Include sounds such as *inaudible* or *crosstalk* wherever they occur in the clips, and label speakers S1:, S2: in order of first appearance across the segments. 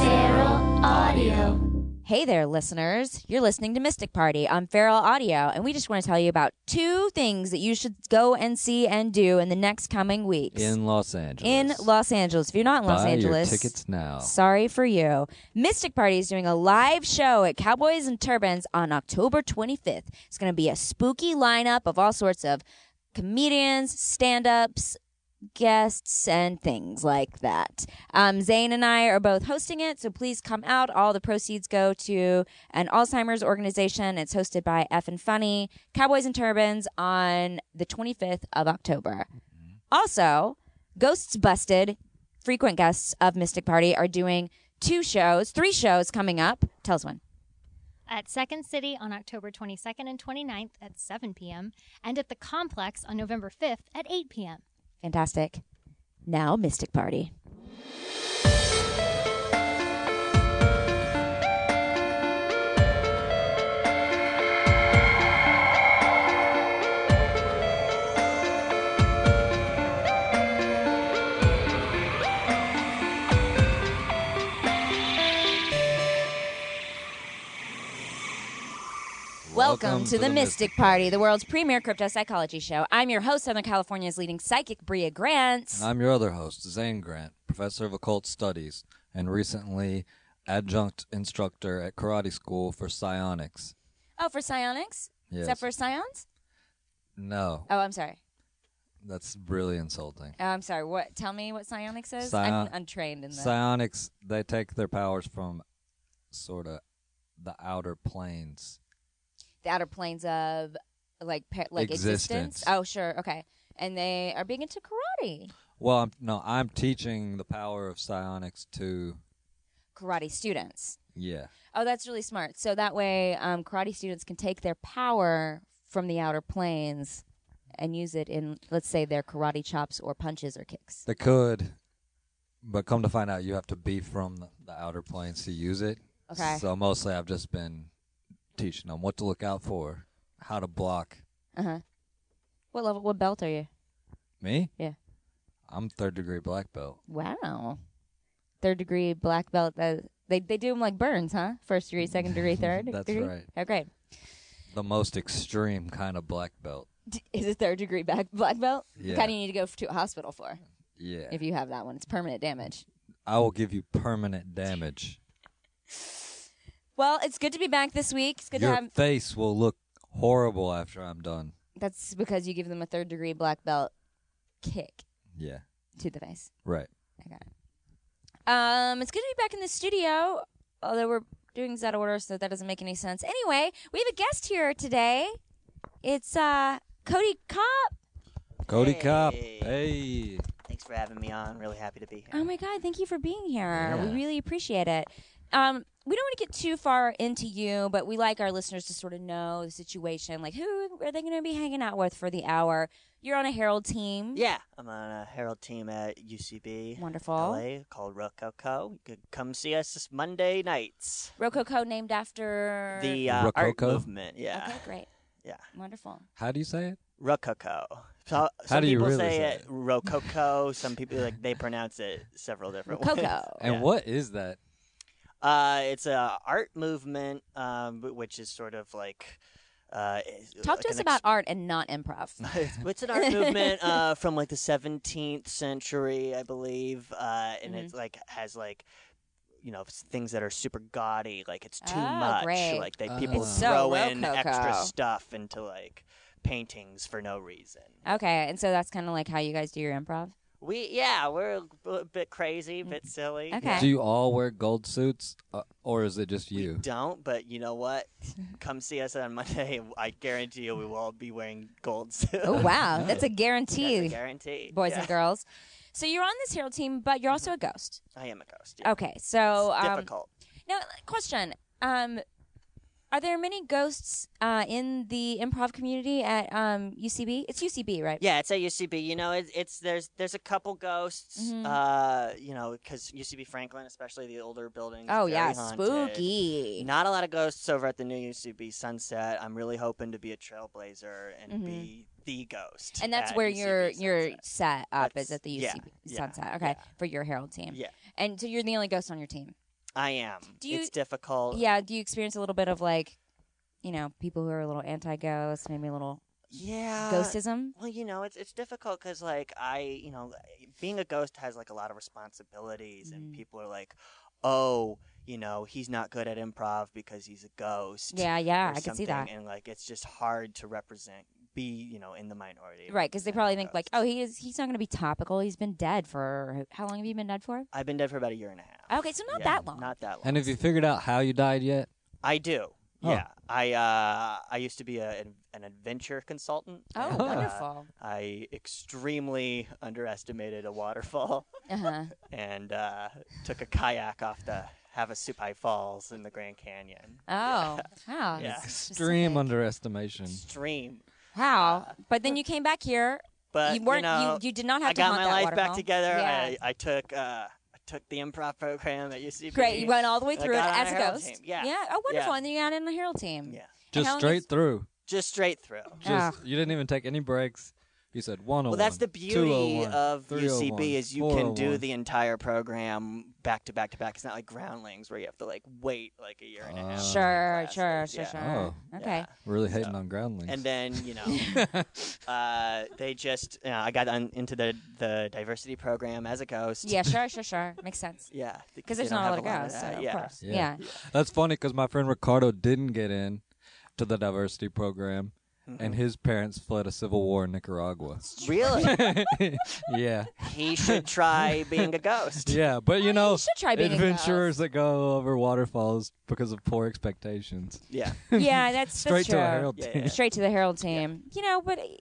S1: Feral Audio.
S2: Hey there, listeners. You're listening to Mystic Party on Feral Audio, and we just want to tell you about two things that you should go and see and do in the next coming weeks.
S3: in Los Angeles.
S2: In Los Angeles. If you're not in Los
S3: Buy
S2: Angeles,
S3: your tickets now.
S2: sorry for you. Mystic Party is doing a live show at Cowboys and Turbans on October 25th. It's going to be a spooky lineup of all sorts of comedians, stand ups, guests and things like that. Um, Zane and I are both hosting it, so please come out. All the proceeds go to an Alzheimer's organization. It's hosted by F and Funny, Cowboys and Turbans on the 25th of October. Also, Ghosts Busted, frequent guests of Mystic Party, are doing two shows, three shows coming up. Tell us when.
S4: at Second City on October 22nd and 29th at 7 p.m., and at the Complex on November 5th at 8 p.m.
S2: Fantastic. Now, Mystic Party. Welcome, to, the, Mystic Party, the world's premier crypto psychology show. I'm your host, Southern California's leading psychic, Bria Grants.
S3: And I'm your other host, Zane Grant, professor of occult studies, and recently adjunct instructor at karate school for psionics.
S2: Oh, for psionics? Is that
S3: Yes.
S2: for scions?
S3: No,
S2: Oh, I'm sorry.
S3: that's really insulting.
S2: Oh, I'm sorry. What? Tell me what psionics is. I'm
S3: Psion-
S2: untrained in that.
S3: Psionics, they take their powers from sort of the outer planes.
S2: the outer planes of like pa- like existence.
S3: Existence.
S2: Oh, sure. Okay. And they are big into karate.
S3: Well, I'm, no, I'm teaching the power of psionics to,
S2: Karate students.
S3: yeah,
S2: Oh, that's really smart. So that way, um, karate students can take their power from the outer planes and use it in, let's say, their karate chops or punches or kicks.
S3: they could, but come to find out, you have to be from the, the outer planes to use it.
S2: Okay.
S3: So mostly, I've just been teaching them what to look out for, how to block.
S2: Uh huh. What level? What belt are you?
S3: Me?
S2: Yeah.
S3: I'm third degree black belt.
S2: Wow. Third degree black belt. That they they do them like burns, huh? First degree, second *laughs* degree, third.
S3: That's
S2: degree?
S3: right.
S2: Oh, great.
S3: The most extreme kind of black belt.
S2: D- is a third degree back black belt? The
S3: Yeah.
S2: kind you need to go f- to a hospital for
S3: Yeah.
S2: if you have that one. It's permanent damage.
S3: I will give you permanent damage.
S2: Well, it's good to be back this week. It's good
S3: Your
S2: to have.
S3: face will look horrible after I'm done.
S2: That's because you give them a third degree black belt kick
S3: Yeah.
S2: to the face.
S3: Right.
S2: Um, it's good to be back in the studio, although we're doing this out of order, so that doesn't make any sense. Anyway, we have a guest here today. It's uh Cody Cop.
S3: Cody Cop.
S5: Hey.
S3: Hey.
S6: Thanks for having me on. Really happy to be here.
S2: Oh my God, thank you for being here. We
S3: Yeah.
S2: really appreciate it. Um, we don't want to get too far into you, but we like our listeners to sort of know the situation. Like, who are they going to be hanging out with for the hour? You're on a Herald team.
S6: Yeah, I'm on a Herald team at UCB
S2: Wonderful.
S6: LA called Rococo. You could come see us this Monday nights.
S2: Rococo named after.
S6: The uh, art
S3: Rococo?
S6: movement. Yeah,
S2: Okay, great.
S6: *laughs* yeah, *laughs*
S2: Wonderful.
S3: How do you say it?
S6: Rococo. So, some
S3: do you
S6: people
S3: really
S6: say,
S3: say
S6: it
S3: it?
S6: Rococo. Some people like they pronounce it several different ways. *laughs*
S2: Rococo.
S3: And
S6: Yeah.
S3: what is that?
S6: Uh, it's a art movement, um, which is sort of like. Uh, is-
S2: Talk
S6: like
S2: to
S6: an
S2: us about art and not improv.
S6: *laughs* *laughs* it's, it's an
S2: *laughs*
S6: art movement uh, from like the 17th century, I believe, uh, and
S2: Mm-hmm.
S6: it's like has like you know s- things that are super gaudy, like it's too
S2: Oh,
S6: much,
S2: great.
S6: like they people
S3: Oh. So
S6: throw in
S2: rococo.
S6: extra stuff into like paintings for no reason.
S2: Okay, and so that's kind of like how you guys do your
S6: *laughs*
S2: improv.
S6: We yeah, we're a b- bit crazy, a bit silly.
S2: Okay.
S3: Do you all wear gold suits, uh, or is it just
S6: We
S3: you?
S6: don't, but you know what? Come see us on Monday. *laughs* I guarantee you, we will all be wearing gold suits.
S2: Oh wow, that's a guarantee,
S6: That's a guarantee.
S2: boys
S6: Yeah.
S2: and girls. So you're on this Herald team, but you're also a ghost.
S6: I am a ghost. yeah.
S2: Okay, so
S6: It's
S2: um,
S6: difficult.
S2: Now, question: um, Are there many ghosts uh, in the improv community at um, UCB? It's UCB, right?
S6: Yeah, it's at UCB. You know, it, it's there's there's a couple ghosts.
S2: Mhm.
S6: Uh, you know, because UCB Franklin, especially the older buildings.
S2: Oh
S6: very
S2: yeah,
S6: haunted.
S2: spooky.
S6: Not a lot of ghosts over at the new UCB Sunset. I'm really hoping to be a trailblazer and
S2: Mhm.
S6: be the ghost.
S2: And that's
S6: at
S2: where
S6: UCB
S2: your your
S6: Sunset.
S2: set up
S6: That's-
S2: is at the
S6: yeah,
S2: UCB
S6: yeah,
S2: Sunset. Okay, for your Herald team.
S6: Yeah.
S2: And so you're the only ghost on your team.
S6: I am.
S2: Do you-
S6: it's difficult.
S2: Yeah. Do you experience a little bit of like, you know, people who are a little anti-ghost, maybe a little
S6: Yeah.
S2: ghostism?
S6: Well, you know, it's it's difficult because like I, you know, being a ghost has like a lot of responsibilities, and
S2: Mhm.
S6: people are like, oh, you know, he's not good at improv because he's a ghost.
S2: Yeah, yeah,
S6: or
S2: I can see
S6: something,
S2: that.
S6: And like, it's just hard to represent, be you know, in the minority. and
S2: Right, because they
S6: represent
S2: probably
S6: the
S2: think like, oh,
S6: ghosts.
S2: he is. He's not going to be topical. He's been dead for how long have you been dead for?
S6: I've been dead for about a year and a half.
S2: Okay, so not
S6: Yeah,
S2: that long.
S6: Not that long.
S3: And have you figured out how you died yet?
S6: I do.
S3: Oh.
S6: Yeah, I uh, I used to be a, an adventure consultant.
S2: oh,
S6: and, uh,
S2: wonderful.
S6: I extremely underestimated a waterfall. *laughs*
S2: Uh huh.
S6: and uh, took a kayak off the Havasupai Falls in the Grand Canyon.
S2: Oh, wow.
S6: Yeah.
S2: that's
S3: Extreme
S2: specific.
S3: underestimation.
S6: Stream.
S2: Wow. But then you came back here.
S6: But
S2: you weren't. You,
S6: know,
S2: you, did not have
S6: I
S2: to
S6: got
S2: haunt
S6: my
S2: that
S6: life
S2: waterfall.
S6: back together.
S2: Yeah.
S6: I, I took uh, I took the improv program at
S2: *laughs*
S6: UCB.
S2: Great. You went all the way
S6: I
S2: through it
S6: got on
S2: as
S6: a
S2: a
S6: Herald
S2: ghost.
S6: team. Yeah.
S2: Yeah. Oh, wonderful.
S6: Yeah.
S2: And then you got in the Herald team.
S6: Yeah.
S3: Just
S2: how long
S3: straight
S2: is-
S3: through.
S6: Just straight through.
S2: Yeah.
S3: Just you didn't even take any breaks. You said 101.
S6: Well, that's the beauty
S3: 201,
S6: of
S3: 301,
S6: UCB is you can
S3: 401.
S6: do the entire program back to back to back. It's not like Groundlings where you have to like wait like a year and
S2: Ah.
S6: a
S3: Oh.
S6: half. between
S2: Sure,
S6: classes.
S2: sure, sure,
S6: Yeah.
S2: sure.
S3: Oh.
S2: Okay.
S3: Really
S6: So-
S3: hating on groundlings.
S6: And then you know, uh, they just you know, I got on, into the the diversity program as a ghost.
S2: Yeah, sure, sure, sure. Makes sense.
S6: yeah,
S2: Because
S6: *laughs* you
S2: there's
S6: don't
S2: not a lot of
S6: have lot
S2: ghosts.
S6: that,
S2: so of
S6: yeah.
S2: course.
S3: Yeah. *laughs*
S2: Yeah.
S3: That's funny because my friend Ricardo didn't get in to the diversity program,
S6: Mm-hmm.
S3: and his parents fled a civil war in
S6: *laughs*
S3: Nicaragua.
S6: Really,
S2: *laughs*
S3: yeah,
S6: he should try being a ghost.
S3: *laughs* yeah, but you know,
S2: you should try being a
S3: adventurers that go over waterfalls because of poor expectations.
S6: Yeah,
S2: Yeah, that's that's
S3: Straight to a
S2: true.
S3: herald *laughs*
S6: Yeah,
S3: team.
S6: yeah.
S2: Straight to the Herald team. You know, but he-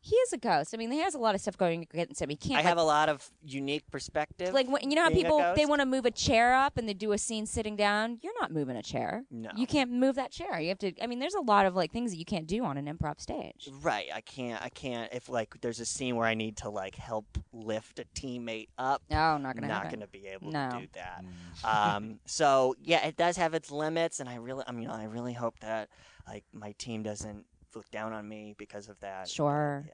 S2: he is a ghost. I mean, he has a lot of stuff going against him. He can't.
S6: I
S2: like,
S6: have a lot of unique perspective.
S2: like when, you know how
S6: being a
S2: people they
S6: ghost?
S2: want to move a chair up and they do a scene sitting down you're not moving a chair
S6: No.
S2: you can't move that chair you have to i mean there's a lot of like things that you can't do on an improv stage
S6: Right, I can't. I can't. If like there's a scene where I need to like help lift a teammate up,
S2: no not gonna happen
S6: gonna be able
S2: No.
S6: to do that. um, so yeah, it does have its limits, and I really, I mean, I really hope that like my team doesn't look down on me because of that.
S2: Sure.
S6: Yeah.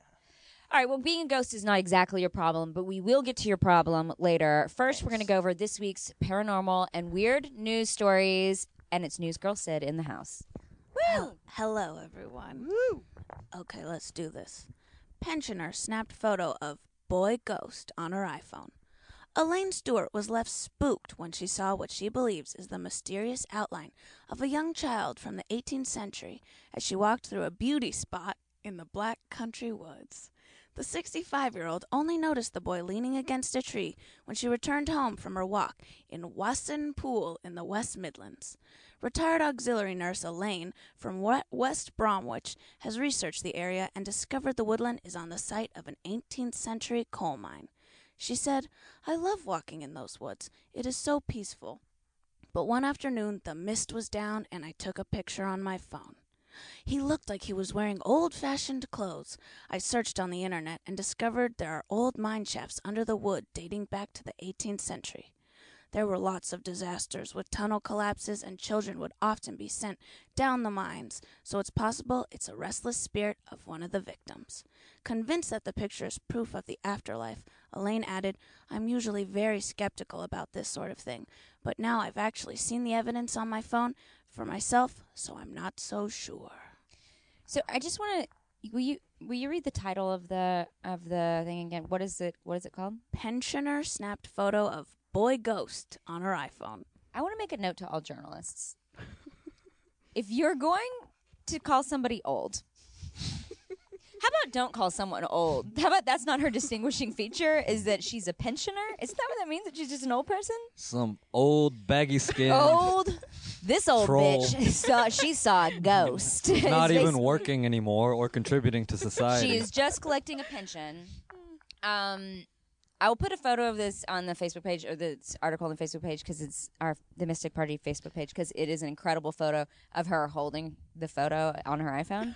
S2: all right well being a ghost is not exactly your problem but we will get to your problem later first we're gonna go over this week's paranormal and weird news stories and it's news girl sid in the house
S5: Hel- Hello, everyone. Okay, let's do this. Pensioner snapped photo of boy ghost on her iPhone. Elaine Stewart was left spooked when she saw what she believes is the mysterious outline of a young child from the 18th century as she walked through a beauty spot in the black country woods. The 65 year old only noticed the boy leaning against a tree when she returned home from her walk in Wasson Pool in the West Midlands. Retired auxiliary nurse Elaine from Wa- West Bromwich has researched the area and discovered the woodland is on the site of an 18th century coal mine. She said, I love walking in those woods. It is so peaceful. But one afternoon the mist was down and I took a picture on my phone. He looked like he was wearing old fashioned clothes. I searched on the internet and discovered there are old mine shafts under the wood dating back to the 18th century. There were lots of disasters with tunnel collapses, and children would often be sent down the mines, so it's possible it's a restless spirit of one of the victims. Convinced that the picture is proof of the afterlife, Elaine added, I'm usually very skeptical about this sort of thing, but now I've actually seen the evidence on my phone for myself, so I'm not so sure.
S2: so i just want to will you will you read the title of the of the thing again what is it what is it called
S5: Pensioner snapped photo of boy ghost on her iPhone.
S2: I want to make a note to all journalists. if you're going to call somebody old, how about don't call someone old? How about that's not her distinguishing feature is that she's a pensioner? Isn't that what that means? That she's just an old person?
S3: Some old baggy skin,
S2: Old. This old
S3: Troll.
S2: bitch saw she saw a ghost. It's
S3: *laughs* not even
S2: basi-
S3: working anymore or contributing to
S2: She
S3: society.
S2: is just collecting a pension. Um I will put a photo of this on the Facebook page or this article on the Facebook page because it's our the Mystic Party Facebook page because it is an incredible photo of her holding the photo on her
S3: *laughs*
S2: iPhone.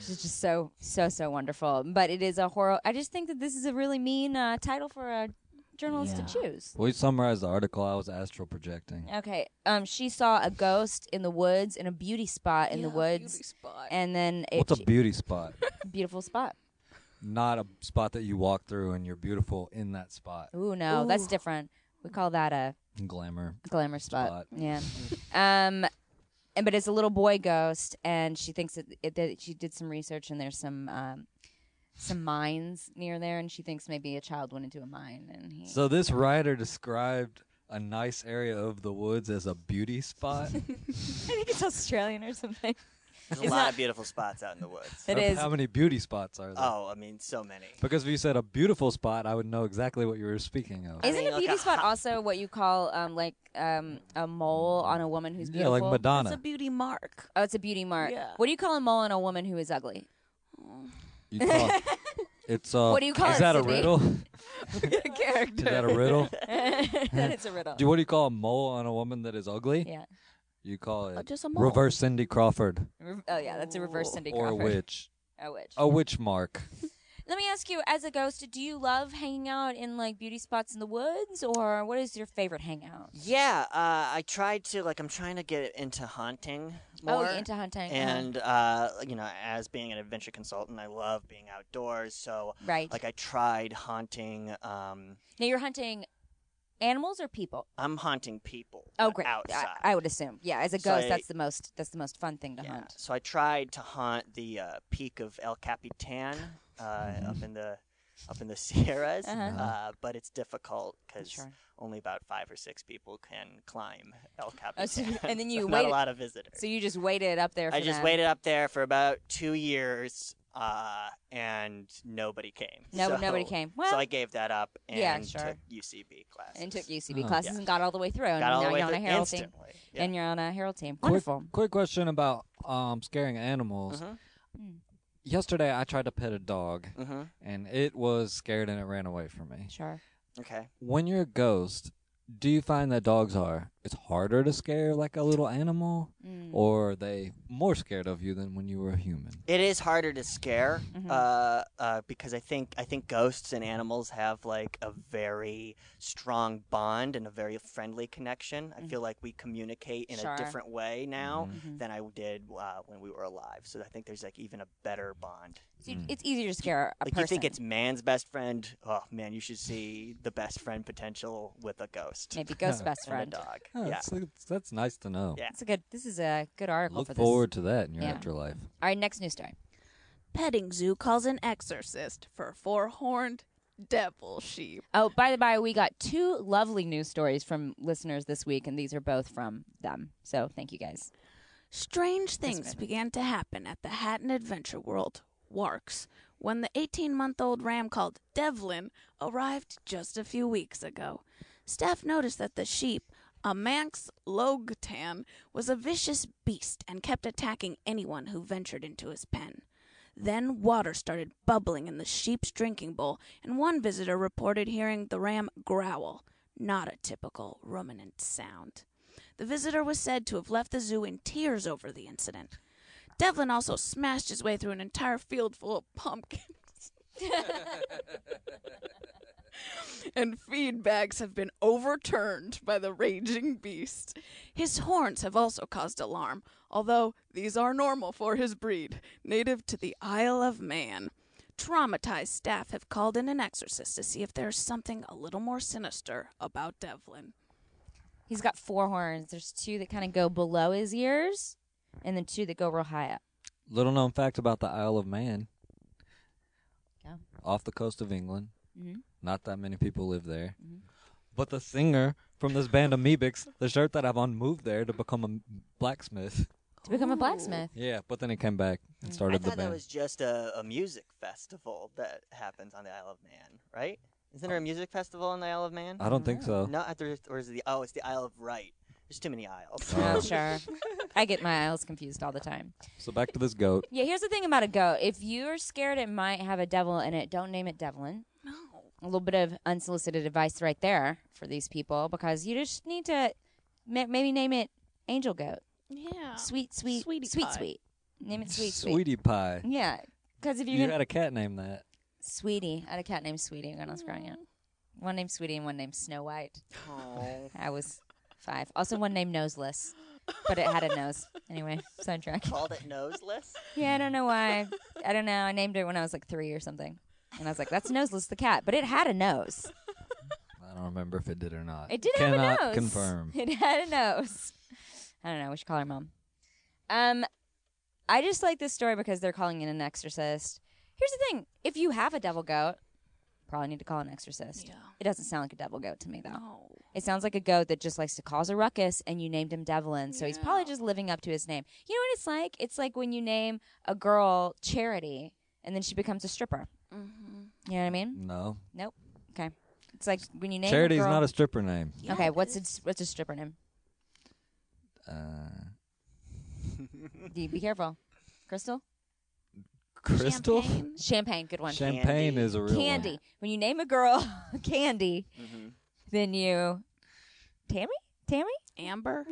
S2: She's just so so so wonderful. But it is a horror. I just think that this is a really mean uh, title for a journalist to choose.
S3: Will you summarize the article? I was astral projecting.
S2: Okay. Um, she saw a ghost in the woods in a beauty spot in the
S5: Yeah,
S2: woods,
S5: beauty spot.
S2: and then it,
S3: What's a beauty spot? *laughs*
S2: beautiful spot.
S3: Not a spot that you walk through and you're beautiful in that spot.
S2: Ooh, no, that's different. We call that a
S3: Glamour.
S2: glamour spot.
S3: Spot. *laughs*
S2: Yeah. um, and, but it's a little boy ghost, and she thinks that, it, that she did some research, and there's some um, some mines near there, and she thinks maybe a child went into a mine, and he. *laughs*
S3: So this writer described a nice area of the woods as a beauty spot.
S2: *laughs* I think it's Australian or something.
S6: There's a
S2: It's
S6: lot
S2: not-
S6: of beautiful spots out in the woods.
S2: *laughs* It
S3: Of
S2: is.
S3: How many beauty spots are there?
S6: Oh, I mean, so many.
S3: Because if you said a beautiful spot, I would know exactly what you were speaking of.
S2: Isn't
S6: mean,
S2: a
S6: like
S2: beauty
S6: a
S2: spot
S6: hot-
S2: also what you call um, like um, a mole on a woman who's
S3: yeah,
S2: beautiful?
S3: like Madonna.
S5: It's a beauty mark.
S2: Oh, it's a beauty mark.
S5: Yeah.
S2: What do you call a mole on a woman who is *laughs* ugly?
S3: You call,
S2: *laughs*
S3: it's uh,
S2: What do you call
S3: is
S2: it,
S3: that
S2: Sydney?
S3: a riddle?
S2: a character. *laughs*
S3: Is that a riddle?
S2: then it's a riddle.
S3: Do what do you call a mole on a woman that is ugly?
S2: yeah.
S3: You call it
S5: just a mole.
S3: reverse Cindy Crawford
S2: Re- Oh yeah, that's a reverse Cindy
S3: or a
S2: Crawford.
S3: witch. Oh.
S2: A witch.
S3: A witch mark.
S2: Let me ask you, as a ghost, do you love hanging out in like beauty spots in the woods, or what is your favorite hangout?
S6: Yeah, uh, I tried to like I'm trying to get into haunting
S2: Oh,
S6: more.
S2: you're into hunting. uh-huh.
S6: and uh, you know, as being an adventure consultant, I love being outdoors. So
S2: right.
S6: like I tried haunting. Um,
S2: now you're hunting animals or people?
S6: I'm haunting people.
S2: Oh,
S6: but
S2: great. I-
S6: Outside.
S2: I, would assume. Yeah, as a
S6: So
S2: ghost,
S6: I-
S2: that's the most that's the most fun thing to
S6: Yeah.
S2: hunt.
S6: So I tried to haunt the uh, peak of El Capitan uh, up in the up in the *laughs* Sierras, uh
S2: Uh-huh.
S6: but it's difficult because
S2: Sure.
S6: only about five or six people can climb El Capitan.
S2: Oh, so you- and then you
S6: *laughs* so not
S2: waited-
S6: a lot of visitors.
S2: So you just waited up there. For
S6: I just
S2: them.
S6: waited up there for about two years, uh, and nobody came.
S2: No,
S6: so,
S2: nobody came.
S6: so
S2: Well-
S6: I gave that up and
S2: Yeah, sure.
S6: took UCB classes
S2: and took UCB
S3: Oh.
S2: classes
S6: Yeah.
S2: and got all the way through. And
S6: Got all
S2: now
S6: the way
S2: you're on
S6: through
S2: a Herald team,
S6: instantly. Yeah.
S2: and you're on a Herald team.
S3: Quick-
S2: Wonderful.
S3: Quick, question about um, scaring animals.
S6: Mhm.
S2: Mm.
S3: Yesterday, I tried to pet a dog,
S6: Mhm.
S3: and it was scared and it ran away from me.
S2: Sure.
S6: Okay.
S3: When you're a ghost, do you find that dogs are it's harder to scare like a little animal,
S2: Mm-hmm.
S3: or are they more scared of you than when you were a human?
S6: It is harder to scare
S2: Mm-hmm.
S6: uh, uh, because I think I think ghosts and animals have like a very strong bond and a very friendly connection. I feel like we communicate in
S2: Mm-hmm. Sure.
S6: a different way now
S2: Mhm.
S6: than I did uh, when we were alive. So I think there's like even a better bond.
S2: So you- It's easier to scare a
S6: mm. like
S2: person.
S6: you think it's man's best friend? Oh man, you should see the best friend potential with a ghost *laughs*
S2: maybe ghost best
S6: and a
S2: friend.
S6: dog.
S3: Oh,
S6: yeah.
S3: that's, that's- that's nice to know.
S6: Yeah.
S2: That's a good. This is a good article for
S3: Look
S2: this.
S3: forward to that in your
S2: Yeah.
S3: afterlife.
S2: All right, next news story.
S5: Petting zoo calls an exorcist for four horned devil sheep.
S2: Oh, by the by, we got two lovely news stories from listeners this week, and these are both from them. So thank you guys.
S5: Strange things began to happen at the Hatton Adventure World, Warks, when the 18 month old ram called Devlin arrived just a few weeks ago. Staff noticed that the sheep, a Manx Logtan, was a vicious beast and kept attacking anyone who ventured into his pen. Then water started bubbling in the sheep's drinking bowl, and one visitor reported hearing the ram growl, not a typical ruminant sound. The visitor was said to have left the zoo in tears over the incident. Devlin also smashed his way through an entire field full of pumpkins. *laughs* and feed bags have been overturned by the raging beast. His horns have also caused alarm, although these are normal for his breed, native to the Isle of Man. Traumatized staff have called in an exorcist to see if there's something a little more sinister about Devlin.
S2: He's got four horns. There's two that kind of go below his ears, and then two that go real high up.
S3: Little known fact about the Isle of Man.
S2: Go.
S3: Off the coast of England.
S2: Mhm.
S3: Not that many people live there.
S2: Mm-hmm.
S3: But the singer from this band Amoebics, the shirt that I've on moved there to become a m- blacksmith.
S2: To become a blacksmith.
S3: Yeah, but then he came back and
S2: Mm.
S6: I
S3: started the
S6: thought that
S3: band.
S6: was just a, a music festival that happens on the Isle of Man, right? Isn't
S3: Oh.
S6: there a music festival on the Isle of Man?
S3: I don't think so.
S6: No, I thought- or is it the oh, it's the Isle of Right. There's too
S3: *laughs*
S6: many aisles. *laughs*
S2: Oh, sure. I get my aisles confused all the time.
S3: So back to this goat.
S2: Yeah, here's the thing about a goat. If you're scared it might have a devil in it, don't name it Devlin.
S5: Oh, No.
S2: a little bit of unsolicited advice right there for these people because you just need to ma- maybe name it Angel Goat.
S5: Yeah.
S2: Sweet, sweet,
S5: Ah, Sweetie
S2: sweet,
S5: pie.
S2: sweet. Name it *laughs* sweet, sweet. *laughs*
S3: Sweetie Pie.
S2: Yeah, because if you're
S3: You
S2: gonna
S3: had a cat named that.
S2: Sweetie, I had a cat named Sweetie when I was growing
S5: Mm.
S2: up. One named Sweetie and one named Snow White.
S6: Oh.
S2: I was five. Also, one named Noseless, but it had a nose. Anyway, sidetrack.
S6: Called it noseless.
S2: Yeah, I don't know why. I don't know. I named it when I was like three or something. And I was like, that's Noseless the cat. But it had a nose.
S3: I don't remember if it did or not.
S2: It did
S3: Cannot
S2: have a nose.
S3: confirm.
S2: *laughs* It had a nose. I don't know. We should call her mom. Um, I just like this story because they're calling in an exorcist. Here's the thing if you have a devil goat, probably need to call an exorcist.
S5: Yeah.
S2: It doesn't sound like a devil goat to me, though.
S5: No.
S2: It sounds like a goat that just likes to cause a ruckus, and you named him Devlin, so he's probably
S5: Yeah.
S2: just living up to his name. You know what it's like? It's like when you name a girl Charity, and then she becomes a stripper.
S5: Mm-hmm.
S2: You know what I mean?
S3: No.
S2: Nope. Okay. It's like when you name
S3: Charity's
S2: a girl.
S3: not a stripper name.
S2: okay. What's a, what's a stripper name?
S3: Uh,
S2: Be be careful. Crystal.
S3: Crystal?
S5: Champagne?
S2: Champagne. Good one.
S3: Champagne
S6: Candy.
S3: is a real one.
S2: candy. When you name a girl *laughs* Candy,
S6: Mm-hmm.
S2: then you Tammy. Tammy. *laughs*
S5: Amber?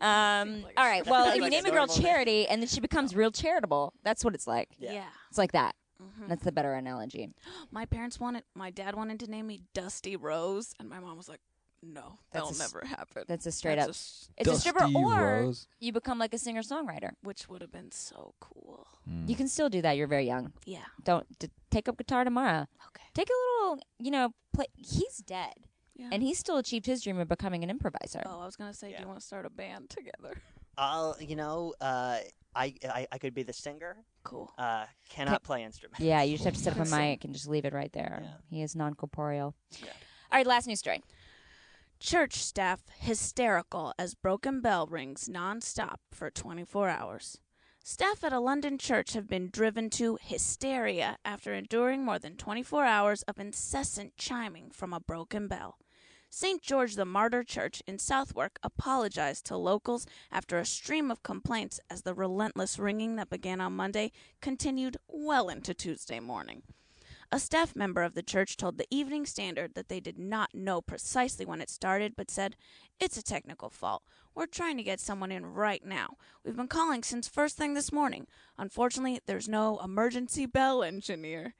S2: Um.
S5: like a
S2: all right.
S5: stripper.
S2: Well, if
S6: Like
S2: you
S6: a
S2: name a girl
S6: normal name.
S2: Charity, and then she becomes real charitable, that's what it's like.
S6: Yeah.
S2: It's like that.
S5: hmm
S2: That's the better analogy.
S5: My parents wanted, my dad wanted to name me Dusty Rose, and my mom was like, no,
S2: That's
S5: that'll
S2: a s-
S5: never happen.
S2: That's a straight
S5: That's
S2: up.
S5: a s-
S2: it's a stripper,
S3: Dusty
S2: or
S3: Rose. Mm.
S2: you become like a singer songwriter.
S5: which would have been so cool.
S6: Hmm.
S2: You can still do that. You're very young.
S5: Yeah.
S2: Don't d- take up guitar tomorrow.
S5: Okay.
S2: Take a little, you know, play. He's dead,
S5: Yeah.
S2: and he still achieved his dream of becoming an improviser.
S5: oh, I was gonna say, do
S6: Yeah.
S5: you want to start a band together?
S6: *laughs*
S5: *laughs*
S6: I'll, you know, uh, I, I I could be the singer.
S5: Cool.
S6: Uh, cannot play instrument.
S2: Yeah, you just have to set up a
S5: Awesome.
S2: mic and just leave it right there.
S6: Yeah.
S2: He is non corporeal.
S6: Yeah.
S2: All right, last news story.
S5: Church staff hysterical as broken bell rings nonstop for 24 hours. Staff at a London church have been driven to hysteria after enduring more than 24 hours of incessant chiming from a broken bell. St. George the Martyr Church in Southwark apologized to locals after a stream of complaints as the relentless ringing that began on Monday continued well into Tuesday morning. A staff member of the church told the Evening Standard that they did not know precisely when it started, but said, It's a technical fault. We're trying to get someone in right now. We've been calling since first thing this morning. Unfortunately, there's no emergency bell engineer.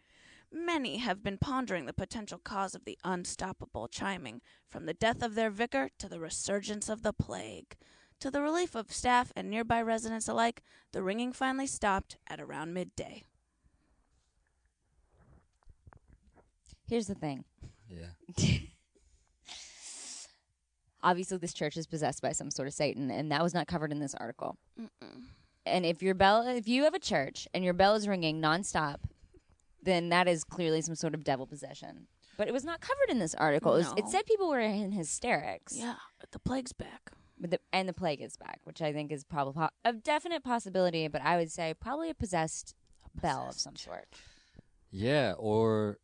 S5: Many have been pondering the potential cause of the unstoppable chiming, from the death of their vicar to the resurgence of the plague. To the relief of staff and nearby residents alike, the ringing finally stopped at around midday.
S2: Here's the thing.
S3: Yeah.
S2: *laughs* Obviously, this church is possessed by some sort of Satan, and that was not covered in this article.
S5: Mm-mm.
S2: And if your bell, if you have a church and your bell is ringing nonstop, then that is clearly some sort of devil possession. But it was not covered in this article. It, was- it
S5: No.
S2: said people were in hysterics.
S5: Yeah, the plague's back.
S2: But the, and the plague is back, which I think is probably a definite possibility. But I would say probably a possessed, bell of some sort.
S3: Yeah, or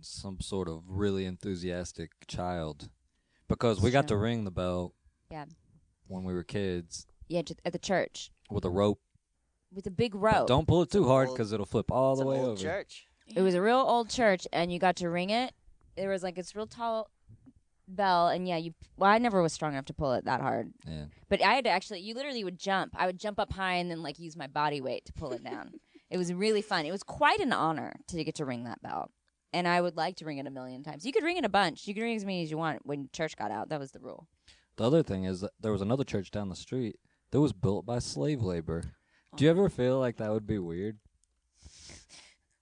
S3: some sort of really enthusiastic child. Because we got to
S2: Sure.
S3: ring the bell
S2: Yeah.
S3: when we were kids
S2: Yeah, ju- at the church
S3: with a rope.
S2: with a big
S3: But
S2: rope.
S3: Don't pull it
S6: It's an
S3: too hard
S6: old-
S3: because it'll flip all
S6: It's
S3: the
S6: an
S3: way
S6: old
S3: over.
S6: church.
S2: It was a real old church, and you got to ring it. There was like this real tall bell, and yeah, you. Well, I never was strong enough to pull it that hard,
S3: Yeah.
S2: but I had to actually. You literally would jump. I would jump up high and then like use my body weight to pull it down. it was really fun. It was quite an honor to get to ring that bell, and I would like to ring it a million times. You could ring it a bunch. You could ring as many as you want. When church got out, that was the rule.
S3: The other thing is that there was another church down the street that was built by slave labor. Do you ever feel like that would be weird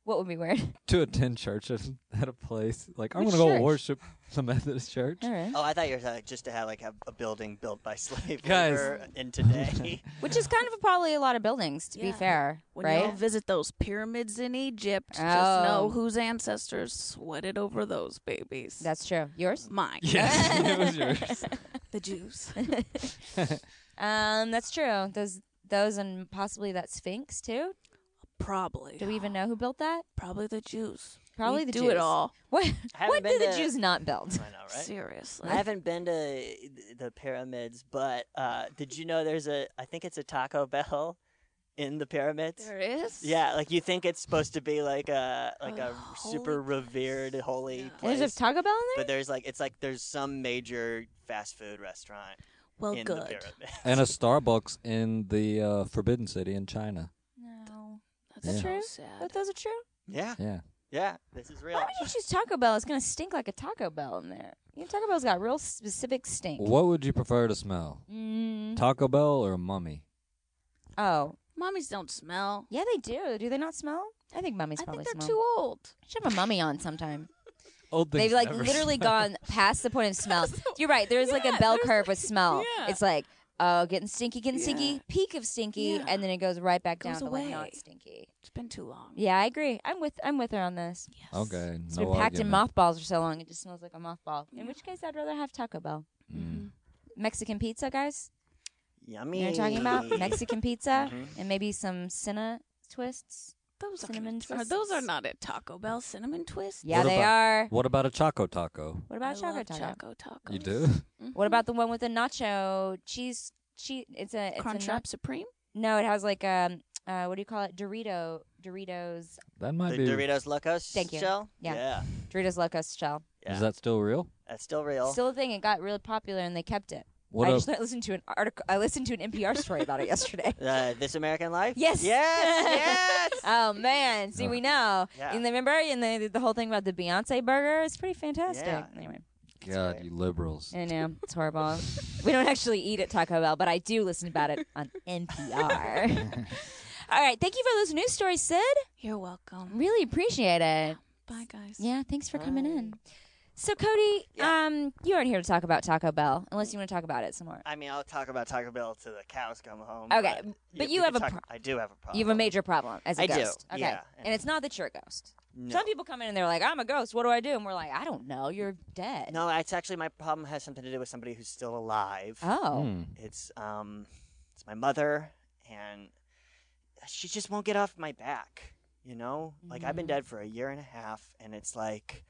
S2: What would be weird?
S3: to attend church at, at a place like I'm
S2: Which
S3: gonna go
S2: church?
S3: worship the Methodist
S2: *laughs*
S3: church?
S2: *laughs* All right.
S6: Oh, I thought you were talking just to have like have a building built by *laughs* slave
S3: Guys.
S6: labor in today.
S2: Which is kind of probably a lot of buildings, to be
S5: Yeah.
S2: fair,
S5: When y'all
S2: right?
S5: visit those pyramids in Egypt, just
S2: Oh.
S5: know whose ancestors sweated over those babies.
S2: That's true. Yours?
S5: mine. *laughs*
S3: yes, *laughs* it was yours.
S5: the Jews.
S2: Um, that's true. Those, those, and possibly that Sphinx too.
S5: *laughs* Probably.
S2: Do we even know who built that?
S5: Probably the Jews.
S2: Probably
S5: We
S2: the
S5: do
S2: Jews.
S5: it all.
S2: What?
S6: haven't
S2: What do
S6: been
S2: the
S6: to-
S2: Jews not build?
S6: I know, right?
S5: Seriously.
S6: I
S5: *laughs*
S6: haven't been to th- the pyramids, but uh, did you know there's a? I think it's a Taco Bell in the pyramids.
S5: There is?
S6: Yeah, like you think it's supposed to be like a like
S5: A
S6: a super
S5: holy
S6: revered
S5: place.
S6: holy
S5: Yeah.
S2: There's
S6: place.
S2: a Taco Bell in there?
S6: but there's like it's like there's some major fast food restaurant
S5: Well,
S6: in the
S5: good.
S6: pyramid.
S3: and a Starbucks in the uh, Forbidden City in China.
S2: No.
S5: That's
S3: Yeah.
S5: so
S2: True?
S5: sad.
S2: But those are true?
S6: *laughs* yeah,
S3: Yeah.
S6: yeah, this is real.
S2: Why would you choose Taco Bell? It's going to stink like a Taco Bell in there. You know, Taco Bell's got real specific stink.
S3: What would you prefer to smell?
S2: Mm.
S3: Taco Bell or a mummy?
S2: Oh.
S5: Mummies don't smell.
S2: Yeah, they do. Do they not smell? I think mummies
S5: I
S2: probably
S5: think they're
S2: smell.
S5: too old.
S2: Should have a mummy on sometime.
S3: Old
S2: They've like literally gone past the point of smell. You're right. There's like a
S5: Yeah,
S2: bell
S5: there's
S2: curve with smell.
S5: yeah.
S2: It's like oh, getting stinky, getting
S5: Yeah.
S2: stinky, peak of stinky,
S5: Yeah.
S2: and then it goes right back
S5: Goes
S2: down to like
S5: away.
S2: not stinky.
S5: It's been too long.
S2: Yeah, I agree. I'm with I'm with her on this.
S5: Yes.
S3: Okay.
S2: It's
S3: no
S2: been packed in
S3: argument.
S2: mothballs for so long, it just smells like a mothball. In which case, I'd rather have Taco Bell. Mm-hmm.
S5: Mm-hmm.
S3: Mm.
S2: Mexican pizza, guys.
S6: Yummy.
S2: You know what I'm talking
S3: *laughs*
S6: *laughs*
S2: about? Mexican pizza
S6: Mhm.
S3: Mm-hmm.
S2: and maybe some cinna twists.
S5: Those
S2: Cinnamon
S5: are those are
S2: twists.
S5: not at Taco Bell. Cinnamon twists.
S2: Yeah,
S3: What
S2: they
S3: about-
S2: are.
S3: What about a Choco Taco?
S2: What about
S5: I
S2: Choco
S5: love
S2: Taco?
S5: Choco Taco. Mm-hmm.
S3: You do? *laughs*
S2: What about the one with the nacho cheese? Cheese. It's a it's a
S5: Crunchwrap Supreme?
S2: No, it has like um uh what do you call it? Dorito Doritos
S3: That might
S6: The
S3: be.
S6: Doritos Locos
S2: Thank you.
S6: shell.
S2: Yeah.
S6: yeah,
S2: Doritos Locos shell.
S6: yeah.
S3: Is that still real?
S6: that's still real.
S2: Still a thing. It got really popular and they kept it.
S3: What
S2: I
S3: a-
S2: just *laughs* I listened to an article. I listened to an NPR story about it
S3: *laughs*
S2: yesterday.
S6: uh, this American Life.
S2: Yes. *laughs*
S6: Yes. yes.
S2: Oh man, see we know.
S6: Yeah.
S2: And they remember and they did the whole thing about the Beyonce burger. It's pretty fantastic.
S6: Yeah.
S2: Anyway,
S3: God,
S6: right.
S3: you liberals.
S2: I know it's horrible. we don't actually eat at Taco Bell, but I do listen about it on *laughs* NPR. All right, thank you for those news stories, Sid.
S5: You're welcome.
S2: Really appreciate it.
S5: Bye guys.
S2: Yeah, thanks for coming in. So Cody, um, you aren't here to talk about Taco Bell, unless you want to talk about it some more.
S6: I mean, I'll talk about Taco Bell till the cows come home.
S2: Okay,
S6: but,
S2: but
S6: yeah,
S2: you
S6: we
S2: have
S6: can
S2: a
S6: talk- I do have a problem.
S2: You have a major problem as a
S6: I do,
S2: ghost. Okay,
S6: yeah.
S2: and it's not that you're a ghost.
S6: No.
S2: Some people come in and they're like, "I'm a ghost. What do I do?" And we're like, "I don't know. You're dead."
S6: No, it's actually my problem has something to do with somebody who's still alive.
S2: Oh.
S3: Hmm.
S6: It's um, it's my mother, and she just won't get off my back. You know, like I've been dead for a year and a half, and it's like,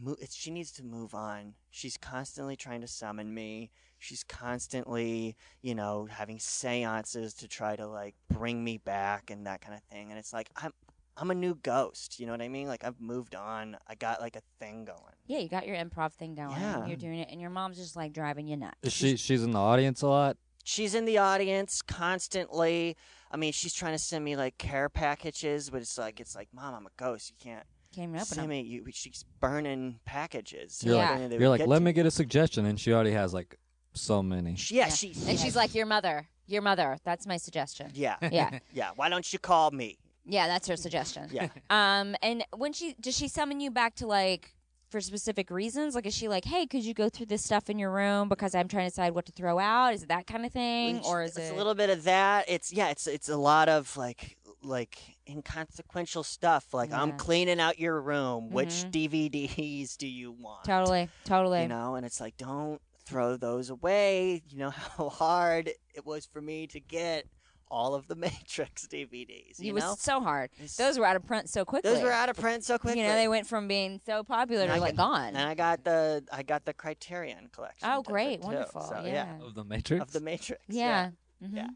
S6: mo- it's, she needs to move on. She's constantly trying to summon me. She's constantly, you know, having seances to try to like bring me back and that kind of thing. And it's like I'm, I'm a new ghost. You know what I mean? Like I've moved on. I got like a thing going.
S2: Yeah, you got your improv thing going.
S6: Yeah.
S2: You're doing it, and your mom's just like driving you nuts.
S3: Is she she's in the audience a lot?
S6: she's in the audience constantly. I mean, she's trying to send me like care packages, but it's like it's like, mom, I'm a ghost. You can't
S2: Came up
S6: send
S2: and
S6: me. You, she's burning packages.
S3: You're
S2: Yeah.
S6: And they
S3: You're
S6: would
S3: like,
S6: get
S3: let
S6: to-
S3: me get a suggestion, and she already has like so many.
S6: She- *laughs* yeah,
S2: Yeah.
S6: she.
S2: and she's like, "Your mother. Your mother. That's my suggestion."
S6: *laughs* yeah,
S3: *laughs*
S2: yeah,
S6: yeah. Why don't you call me?
S2: yeah. That's her suggestion.
S6: Yeah.
S2: Um, and when she does she summon you back to like for specific reasons? Like, is she like, "Hey, could you go through this stuff in your room because I'm trying to decide what to throw out"? Is it that kind of thing,
S6: It's-
S2: or is
S6: it's
S2: it
S6: a little bit of that? It's yeah, it's it's a lot of like like inconsequential stuff. Like I'm
S2: Yeah.
S6: cleaning out your room. Which
S2: Mhm.
S6: DVDs do you want?
S2: totally, totally?
S6: you know and it's like don't throw those away you know *laughs* how hard it was for me to get all of the *laughs* matrix dvds you
S2: it was
S6: know
S2: so hard.
S6: It's-
S2: Those were out of print so quickly.
S6: those were out of print so quickly
S2: You know, they went from being so popular
S6: And I
S2: to like
S6: got-
S2: gone.
S6: and i got the i got the criterion collection
S2: Oh,
S6: of it,
S2: great,
S6: too.
S2: wonderful.
S6: So,
S2: yeah.
S3: Of the Matrix.
S6: of the matrix
S2: Yeah. Mhm.
S6: Yeah.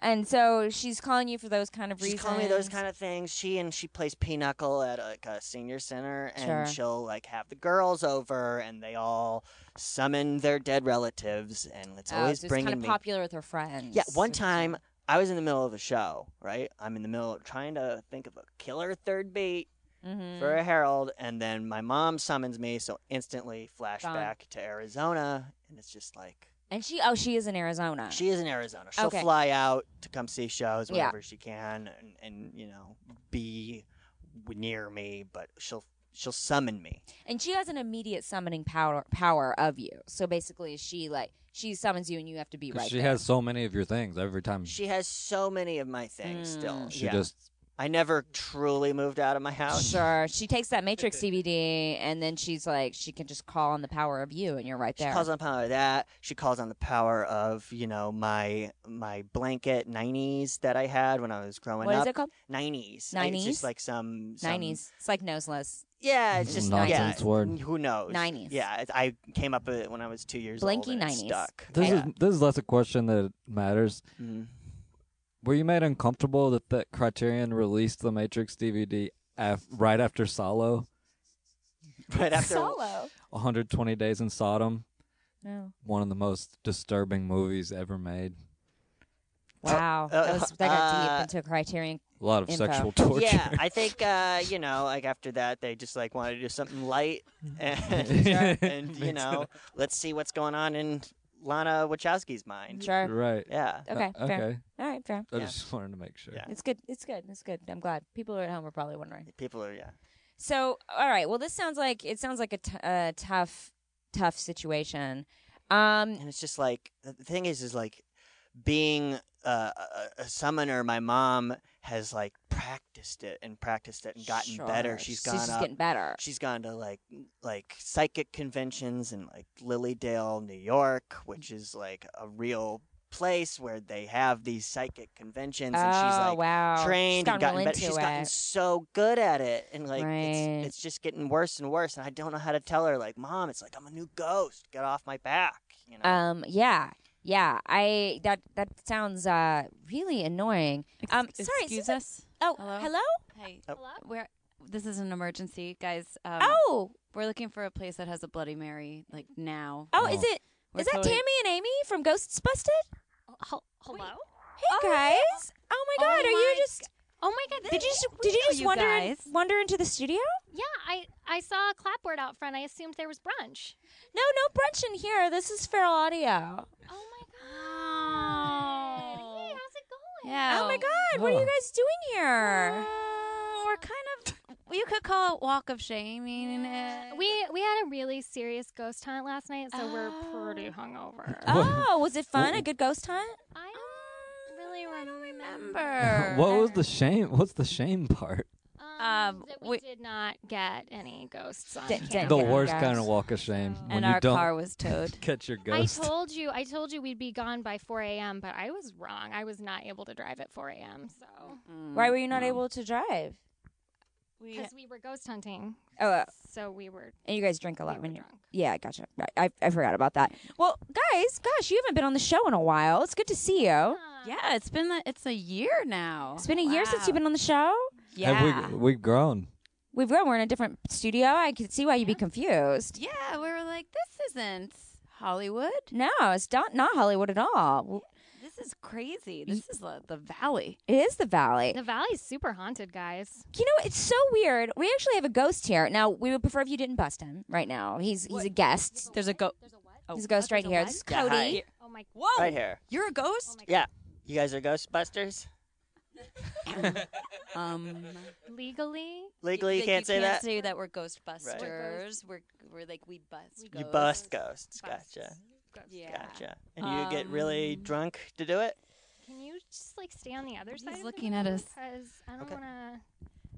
S2: And so she's calling you for those kind of
S6: She's
S2: reasons.
S6: calling me those kind of things. She and she plays pinochle at like a senior center, and
S2: Sure.
S6: she'll like have the girls over, and they all summon their dead relatives, and it's
S2: Oh,
S6: always
S2: so it's
S6: bringing
S2: kind of
S6: me
S2: popular with her friends.
S6: Yeah, one time I was in the middle of a show, right? I'm in the middle of trying to think of a killer third beat
S2: Mhm.
S6: for a herald, and then my mom summons me, so instantly flashback to Arizona, and it's just like
S2: And she, oh, she is in Arizona.
S6: she is in Arizona. She'll
S2: Okay.
S6: fly out to come see shows
S2: Yeah.
S6: whenever she can, and, and you know be w- near me, but she'll she'll summon me.
S2: and she has an immediate summoning power power of you. So basically, she like she summons you, and you have to be
S3: 'Cause
S2: right.
S3: she
S2: there.
S3: has so many of your things every time. She,
S6: She has so many of my things
S2: Mm.
S6: still. yeah.
S3: just
S6: I never truly moved out of my house.
S2: *laughs* Sure. She takes that Matrix CBD, and then she's like, she can just call on the power of you, and you're right there.
S6: She calls on the power of that. She calls on the power of you know my my blanket '90s that I had when I was growing
S2: What is
S6: up.
S2: it called?
S6: '90s. I- It's
S2: 90s?
S6: just like some, some
S2: Nineties. It's like noseless.
S6: Yeah, it's just yeah.
S3: Nonsense Mm-hmm. word.
S6: Who knows?
S2: 90s.
S6: Yeah, it- I came up with it when I was two years
S2: Blanky
S6: old. and it
S2: 90s.
S6: Stuck.
S3: this
S6: yeah.
S3: is this is less a question that matters.
S6: Mhm.
S3: Were you made uncomfortable that, that Criterion released the Matrix DVD af- right after Solo,
S6: Right after
S2: Solo.
S3: 120 Days in Sodom,
S6: Oh, uh,
S2: No.
S3: one of the most disturbing movies ever made?
S2: Wow.
S6: uh,
S2: that, was, that got
S6: uh,
S2: deep into Criterion.
S3: A lot of
S2: Info.
S3: sexual *laughs* torture.
S6: Yeah, I think uh, you know, like after that, they just like wanted to do something light, *laughs*
S3: Sure. *laughs*
S6: and, and you
S3: Makes
S6: know, let's see what's going on in Lana Wachowski's mind.
S2: Sure.
S6: *laughs*
S3: right.
S6: Yeah,
S3: Uh,
S2: Okay, fair.
S3: okay.
S2: All right, fair.
S3: I
S6: Yeah.
S3: just wanted to make sure.
S6: Yeah.
S2: It's good. It's good. It's good. I'm glad. People are at home are probably wondering.
S6: people are yeah.
S2: So, all right. Well, this sounds like it sounds like a t- uh, tough, tough situation. Um,
S6: and it's just like the thing is is like being uh, a, a summoner my mom has like practiced it and practiced it and gotten
S2: sure.
S6: better she's gone
S2: just
S6: up
S2: getting better.
S6: she's gone to like like psychic conventions in like lilydale new york which is like a real place where they have these psychic conventions
S2: oh
S6: and she's like
S2: wow!
S6: trained
S2: she's gotten
S6: and gotten
S2: real
S6: better. She's
S2: into
S6: gotten
S2: it.
S6: so good at it, and like
S2: Right.
S6: it's, it's just getting worse and worse. And I don't know how to tell her, like, mom, it's like I'm a new ghost. Get off my back, you know.
S2: Um, yeah, yeah. I that that sounds uh really annoying. Um,
S1: Ex-
S2: sorry,
S1: excuse
S2: Susan-
S1: us.
S2: Oh, hello.
S1: Hello? Hey,
S6: Oh.
S4: Hello?
S1: we're this is an emergency, guys. Um,
S2: oh,
S1: we're looking for a place that has a Bloody Mary like now. *gasps*
S2: oh, is
S3: Oh.
S2: it is
S1: We're
S2: that
S1: totally-
S2: Tammy and Amy from Ghosts Busted?
S4: Hel- Hello?
S2: Hey guys! Oh my
S4: Oh
S2: God! are you
S4: my
S2: just
S4: Oh my god!
S2: did you
S4: this-
S2: just, did you
S1: know
S2: just
S1: you
S2: wander in-
S1: guys.
S2: wander into the studio?
S4: Yeah, I I saw a clapboard out front. I assumed there was brunch.
S2: No, no brunch in here. This is feral audio.
S4: Oh my god! Hey,
S1: Oh.
S4: how's it going?
S1: Yeah.
S2: Oh my God! What are
S3: Oh.
S2: you guys doing here?
S1: Oh, we're kind of you could call it walk of shaming it.
S4: Oh, We we had a really serious ghost hunt last night, so we're pretty hungover.
S3: What-
S2: Oh, was it fun?
S3: what-
S2: A good ghost hunt?
S4: I
S2: Oh,
S1: Mm,
S4: don't really
S2: I don't
S4: remember.
S3: *laughs* what was the shame? What's the shame part?
S4: Um,
S1: Um,
S4: that we,
S1: we-
S4: did not get any ghosts on
S2: D-
S4: camera.
S2: didn't
S3: The
S2: Yeah,
S3: worst
S2: guys.
S3: kind of walk of shame.
S4: And
S3: when
S1: and
S3: you
S1: our
S3: don't
S1: car was towed.
S3: catch your
S4: I
S3: ghost.
S4: told you, I told you we'd be gone by 4 a.m., but I was wrong. I was not able to drive at 4 a.m. So
S2: Why were you not
S1: Mm.
S2: able to drive?
S1: We,
S4: because we were ghost hunting,
S2: Oh, uh,
S4: so we were
S2: and you guys drink a
S4: we
S2: lot
S4: were
S2: when you're.
S4: drunk.
S2: Yeah, gotcha. Right, I, I forgot about that. Well, guys, gosh, you haven't been on the show in a while. It's good to see you.
S1: yeah, it's been a, it's a year now.
S2: It's been a year since you've been on the show.
S1: Yeah.
S3: Have we, we've grown.
S2: We've grown. We're in a different studio. I could see why you'd be confused.
S1: yeah, we were like this isn't Hollywood.
S2: No, it's not not Hollywood at all. W-
S1: This is crazy. This is the, the valley.
S2: It is the Valley.
S4: The valley's super haunted, guys.
S2: You know, it's so weird. We actually have a ghost here now. We would prefer if you didn't bust him right now. He's he's a guest.
S1: There's a go.
S4: There's a what?
S2: He's a ghost right here. This is
S6: Yeah, hi.
S2: Cody.
S4: Oh my god.
S1: Whoa!
S6: right here.
S1: You're a
S4: Oh
S1: ghost.
S4: my
S6: Yeah. You guys are Ghostbusters?
S2: *laughs*
S1: Um,
S4: god. Legally,
S6: Legally, you can't say that?
S1: Say that we're
S4: We're
S1: Ghostbusters. We're we're like we bust.
S4: We
S6: you
S1: ghosts.
S6: bust ghosts.
S4: busts.
S6: Gotcha.
S4: Ghosts.
S1: Yeah.
S6: Gotcha. And you get really
S1: Um,
S6: drunk to do it?
S4: Can you just like stay on the other
S1: He's
S4: side? of the
S1: looking at
S4: room?
S1: us.
S4: Because I don't
S6: Okay.
S4: wanna.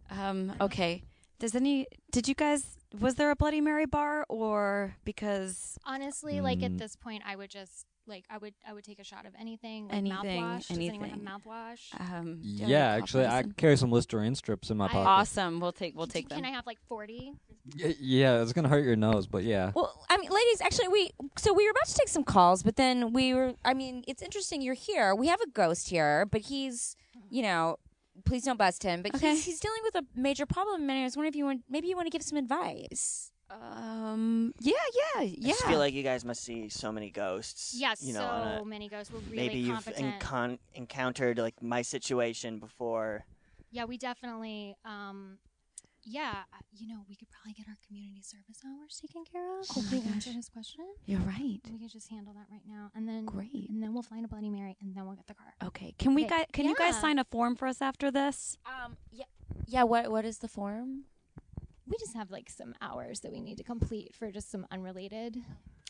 S1: Um. Okay. Does any? Did you guys? Was there a Bloody Mary bar or because
S4: Honestly, like
S3: Mm.
S4: at this point, I would just like I would I would take a shot of anything. Like
S1: Anything,
S4: Mouthwash. Does anyone have
S1: anything.
S4: mouthwash?
S1: um? do
S3: Yeah,
S1: you have any cough
S3: actually, I
S1: medicine?
S3: carry some Listerine strips in my
S4: I-
S3: pocket.
S1: Awesome. We'll take. We'll
S4: Can-
S1: take
S4: Can
S1: them.
S4: I have like forty?
S3: Y- yeah, it's gonna hurt your nose, but yeah.
S2: Well, I mean, ladies, actually, we so we were about to take some calls, but then we were. I mean, it's interesting you're here. We have a ghost here, but he's, you know, please don't bust him. But
S1: Okay.
S2: he's, he's dealing with a major problem, and I was wondering if you want, maybe you want to give some advice.
S1: Um. Yeah. Yeah.
S6: I
S1: Yeah.
S6: just feel like you guys must see so many ghosts.
S4: Yes.
S6: You know,
S4: so
S6: on a-
S4: many ghosts. We're really
S6: maybe you've
S4: competent.
S6: encon- encountered like my situation before.
S4: yeah, we definitely. um yeah, I- you know, we could probably get our community service hours taken care of.
S1: Oh my
S4: and answer
S1: gosh.
S4: his question.
S1: You're right.
S4: We could just handle that right now, and then
S1: Great.
S4: and then we'll find a Bloody Mary, and then we'll get the car.
S1: Okay. Can we
S4: Okay.
S1: guys? Can you guys
S4: Yeah.
S1: sign a form for us after this?
S2: Um. Yeah. Yeah. What What is the form?
S4: We just have like some hours that we need to complete for just some unrelated.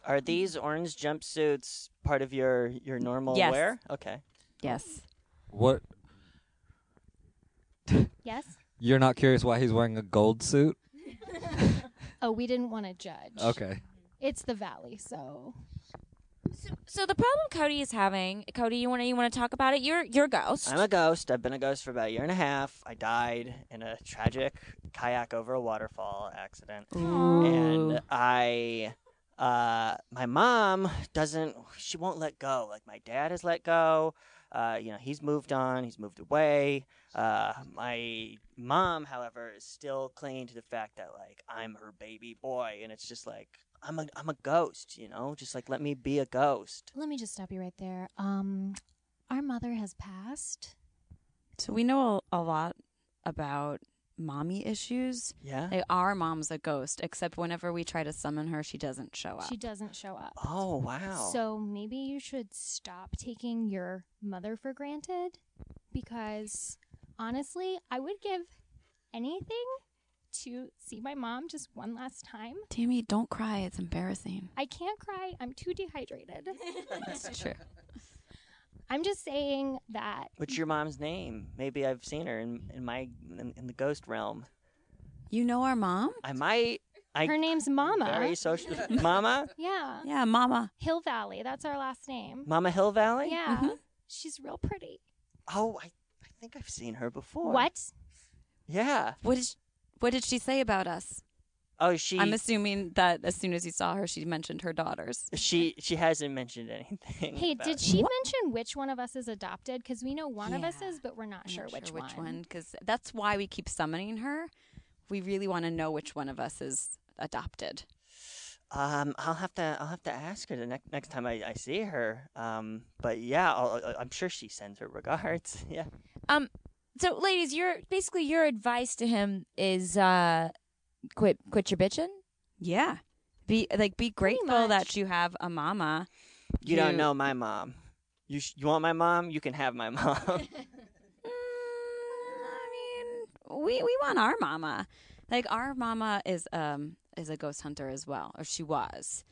S6: Are these orange jumpsuits part of your your normal
S1: Yes.
S6: wear? Okay.
S1: Yes.
S3: What?
S4: Yes.
S3: You're not curious why he's wearing a gold suit?
S4: Oh, we didn't want to judge.
S3: Okay.
S4: It's the valley, so
S2: So, so the problem Cody is having, Cody, you want to you want to talk about it? You're you're a ghost.
S6: I'm a ghost. I've been a ghost for about a year and a half. I died in a tragic kayak over a waterfall accident.
S1: Ooh.
S6: and I uh, my mom doesn't. She won't let go. Like my dad has let go. Uh, you know, he's moved on. He's moved away. Uh, my mom, however, is still clinging to the fact that like I'm her baby boy, and it's just like I'm a I'm a ghost. You know, just like let me be a ghost.
S4: Let me just stop you right there. Um, our mother has passed.
S1: So we know a, a lot about mommy issues.
S6: Yeah.
S1: They are mom's a ghost, except whenever we try to summon her, she doesn't show up.
S4: She doesn't show up.
S6: Oh wow.
S4: So maybe you should stop taking your mother for granted because honestly, I would give anything to see my mom just one last time.
S1: Tammy, don't cry. It's embarrassing.
S4: I can't cry. I'm too dehydrated.
S1: It's true.
S4: I'm just saying that
S6: What's your mom's name? Maybe I've seen her in, in my in, in the ghost realm.
S1: You know our mom?
S6: I might. I
S4: her name's Mama.
S6: Very social. Mama.
S4: yeah.
S1: Yeah, mama.
S4: Hill Valley. That's our last name.
S6: Mama Hill Valley.
S4: Yeah. She's real pretty.
S6: Oh, I, I think I've seen her before.
S4: What?
S6: Yeah.
S1: What did she, what did she say about us?
S6: Oh, she.
S1: I'm assuming that as soon as you saw her, she mentioned her daughters.
S6: she she hasn't mentioned anything.
S4: Hey,
S6: about
S4: did
S6: it.
S4: she mention which one of us is adopted? Because we know one of us
S1: Yeah.
S4: is, but we're not
S1: I'm
S4: sure
S1: not
S4: which
S1: which one, because that's why we keep summoning her. We really want to know which one of us is adopted.
S6: Um, I'll have to I'll have to ask her the next next time I, I see her. Um, but yeah, I'll, I- I'm sure she sends her regards. *laughs* Yeah.
S2: Um, so ladies, your basically your advice to him is uh, quit quit your bitching.
S1: Yeah. Be like be grateful
S4: much.
S1: that you have a mama.
S6: You don't
S1: You-
S6: know my mom. You sh- you want my mom? You can have my *laughs* mom.
S1: Mm, I mean, we we want our mama. Like our mama is um is a ghost hunter as well, or she was.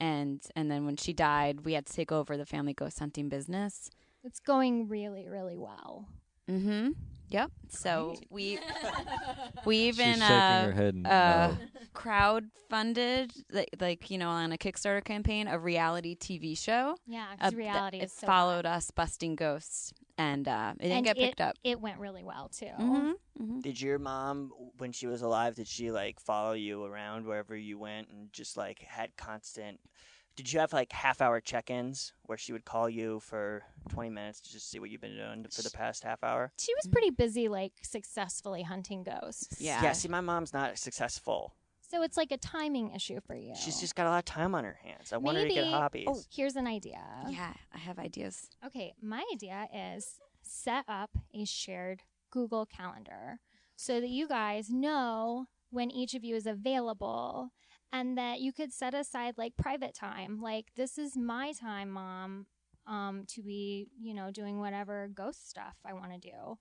S1: And and then when she died, we had to take over the family ghost hunting business.
S4: It's going really, really well.
S1: Mm-hmm. Yep. So
S4: *laughs*
S1: we we even
S3: She's shaking her
S1: uh,
S3: head.
S1: uh
S3: no.
S1: crowd funded like like you know on a Kickstarter campaign a reality TV show.
S4: Yeah,
S1: Uh,
S4: because
S1: that-
S4: reality
S1: it
S4: is so
S1: followed us busting ghosts, and uh, it didn't
S4: And
S1: get picked
S4: it, Oh.
S1: up.
S4: It went really well too.
S1: Mm-hmm.
S6: did your mom, when she was alive, did she like follow you around wherever you went and just like had constant? Did you have like half hour check ins where she would call you for 20 minutes to just see what you've been doing for the past half hour?
S4: She was pretty busy, like successfully hunting ghosts.
S1: Yeah.
S6: Yeah, see, my mom's not successful.
S4: So it's like a timing issue for you.
S6: She's just got a lot of time on her hands. I want her to get
S4: Maybe-
S6: hobbies.
S4: Oh, here's an idea.
S1: Yeah, I have ideas.
S4: Okay, my idea is set up a shared Google Calendar so that you guys know when each of you is available and that you could set aside like private time. Like this is my time, mom, um to be, you know, doing whatever ghost stuff I want to do.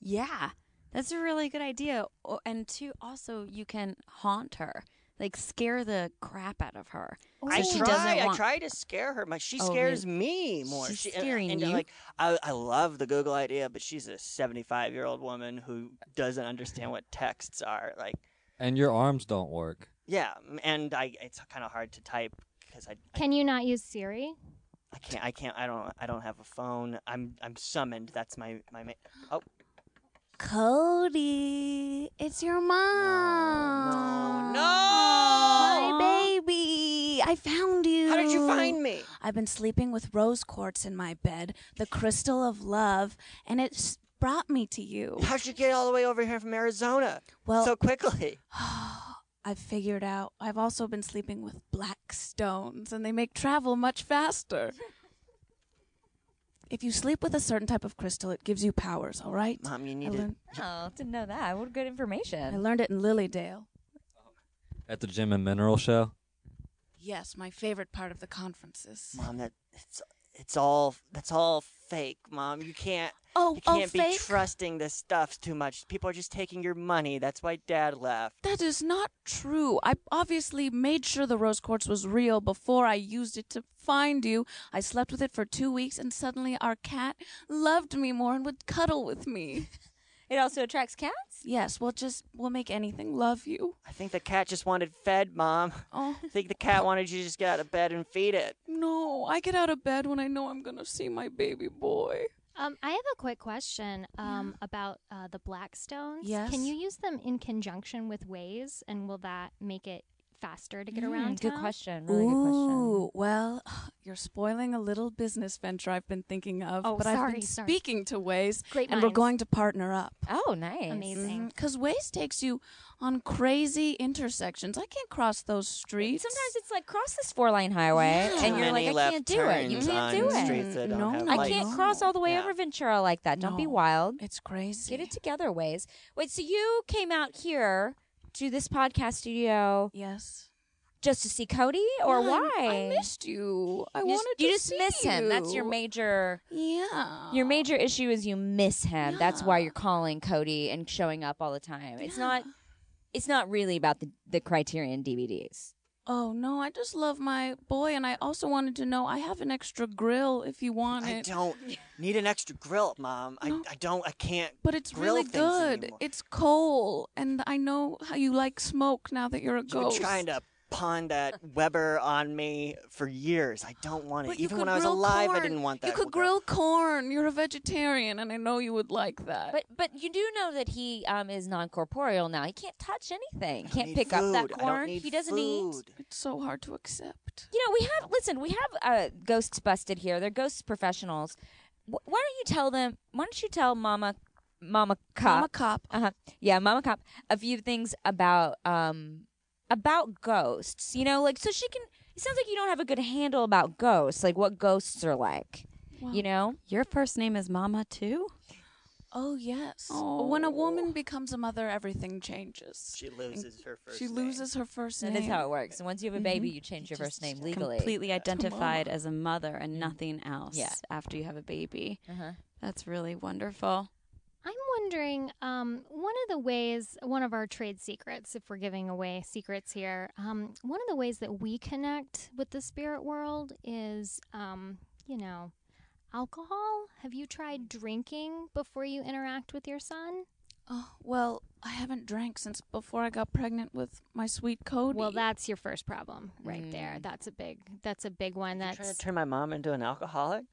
S1: Yeah, that's a really good idea. O- And two, also you can haunt her, like scare the crap out of her,
S6: I
S1: Oh, she
S6: try.
S1: doesn't
S6: I
S1: want-
S6: try to scare her. My she
S1: Oh,
S6: scares me more.
S1: She's
S6: she, and-
S1: scaring
S6: and,
S1: you?
S6: Like I, I love the Google idea, but she's a seventy-five-year-old woman who doesn't understand what texts are. Like,
S3: and your arms don't work.
S6: yeah, and I it's kind of hard to type because I, I
S4: Can you not use Siri?
S6: I can't I can't I don't I don't have a phone. I'm I'm summoned. That's my my. Ma- oh
S2: Cody, it's your mom.
S6: no no!
S2: My baby, I found you.
S6: How did you find me?
S5: I've been sleeping with rose quartz in my bed, the crystal of love, and it's brought me to you.
S6: How'd you get all the way over here from Arizona
S5: Well,
S6: so quickly?
S5: I've figured out I've also been sleeping with black stones, and they make travel much faster. If you sleep with a certain type of crystal, it gives you powers, all right?
S6: Mom, you
S5: I
S6: need to
S5: learned,
S2: Oh, didn't know that. What good
S5: I
S2: information.
S5: learned it in Lilydale.
S3: At the Gym and Mineral Show.
S5: Yes, my favorite part of the conferences.
S6: Mom, that it's it's all that's all fake, Mom. You can't
S5: Oh,
S6: you
S5: oh,
S6: can't be
S5: fake?
S6: trusting this stuff too much. People are just taking your money. That's why Dad left.
S5: that is not true. I obviously made sure the rose quartz was real before I used it to find you. I slept with it for two weeks, and suddenly our cat loved me more and would cuddle
S4: *laughs*
S5: with me.
S2: It also attracts cats.
S5: yes, we'll just we'll make anything love you.
S6: I think the cat just wanted fed, Mom.
S5: Oh.
S6: I think the cat wanted you to just get out of bed and
S2: *clears throat*
S6: feed it.
S5: No, I get out of bed when I know I'm gonna see my baby boy.
S4: Um, I have a quick question um, about uh, the black stones.
S5: Yes.
S4: Can you use them in conjunction with ways, and will that make it faster to get around
S2: Mm, Good
S4: town?
S2: question. Really good question.
S5: Ooh, well, *sighs* you're spoiling a little business venture I've been thinking of.
S4: Oh,
S5: but I've
S4: sorry,
S5: been
S4: sorry.
S5: speaking to Waze,
S4: Great
S5: and we're
S4: minds.
S5: going to partner up.
S2: Oh, nice.
S4: Amazing.
S5: Because Waze Mm-hmm. takes you on crazy intersections. I can't cross those streets.
S2: Sometimes it's like cross this four lane highway,
S5: Yeah.
S2: and you're
S5: Many
S2: like, I can't do it. You
S6: turns
S2: can't
S6: on
S2: do it.
S6: Streets that don't
S5: No,
S6: have
S5: I
S2: I
S6: lights.
S2: can't cross all the way
S6: Yeah.
S2: over Ventura like that. Don't be
S5: No.
S2: wild.
S5: it's crazy.
S2: Get it together, ways. Wait, so you came out here to this podcast studio
S5: Yes.
S2: just to see Cody, or
S5: Yeah,
S2: why?
S5: I- I missed you. I
S2: You
S5: wanted
S2: just, you
S5: to
S2: just
S5: see
S2: miss him. That's your
S5: you.
S2: major.
S5: Yeah.
S2: Your major issue is you miss him. That's why
S5: Yeah.
S2: you're calling Cody and showing up all the time. It's
S5: Yeah.
S2: not. It's not really about the the Criterion DVDs.
S5: Oh no, I just love my boy, and I also wanted to know I have an extra grill if you want
S6: I
S5: it.
S6: don't need an extra grill, Mom.
S5: No.
S6: I, I don't. I can't.
S5: But it's
S6: grill
S5: really
S6: things
S5: good.
S6: anymore.
S5: It's coal, and I know how you like smoke now that you're a
S6: You've
S5: ghost.
S6: been trying to pawn that Weber on me for years. I don't want it.
S5: But you
S6: Even
S5: could
S6: when I was
S5: grill
S6: alive,
S5: corn.
S6: I didn't want that.
S5: You could
S6: grill.
S5: grill corn. You're a vegetarian, and I know you would like that.
S2: But but you do know that he um, is non corporeal now. He can't touch anything.
S6: I don't
S2: Can't
S6: need
S2: pick up that
S6: food. I
S2: corn.
S6: don't need
S2: he doesn't eat.
S6: food.
S5: it's so hard to accept.
S2: You know, we have listen. We have uh, ghosts busted here. They're ghosts professionals. Wh- why don't you tell them? Why don't you tell Mama, Mama
S5: I'm a
S2: Cop?
S5: cop.
S2: uh-huh. Yeah, Mama Cop. A few things about um about ghosts. You know, like so she can. It sounds like you don't have a good handle about ghosts. Like what ghosts are like. You know.
S1: Your first name is Mama too.
S5: Oh yes. When a woman becomes a mother, everything changes.
S6: She loses her first.
S5: She
S6: name.
S5: loses her first
S2: That
S5: name.
S2: is how it works. And once you have a baby, you change your
S1: Just
S2: first name legally.
S1: Completely identified as a mother and nothing else.
S2: Yeah.
S1: After you have a baby,
S2: Uh-huh.
S1: that's really wonderful.
S4: I'm wondering, um, one of the ways, one of our trade secrets, if we're giving away secrets here, um, one of the ways that we connect with the spirit world is, um, you know, alcohol. Have you tried drinking before you interact with your son?
S5: Oh, well, I haven't drank since before I got pregnant with my sweet Cody.
S4: Well, that's your first problem right there. That's a big, that's a big one.
S6: You're trying to
S4: That's
S6: turn my mom into an alcoholic.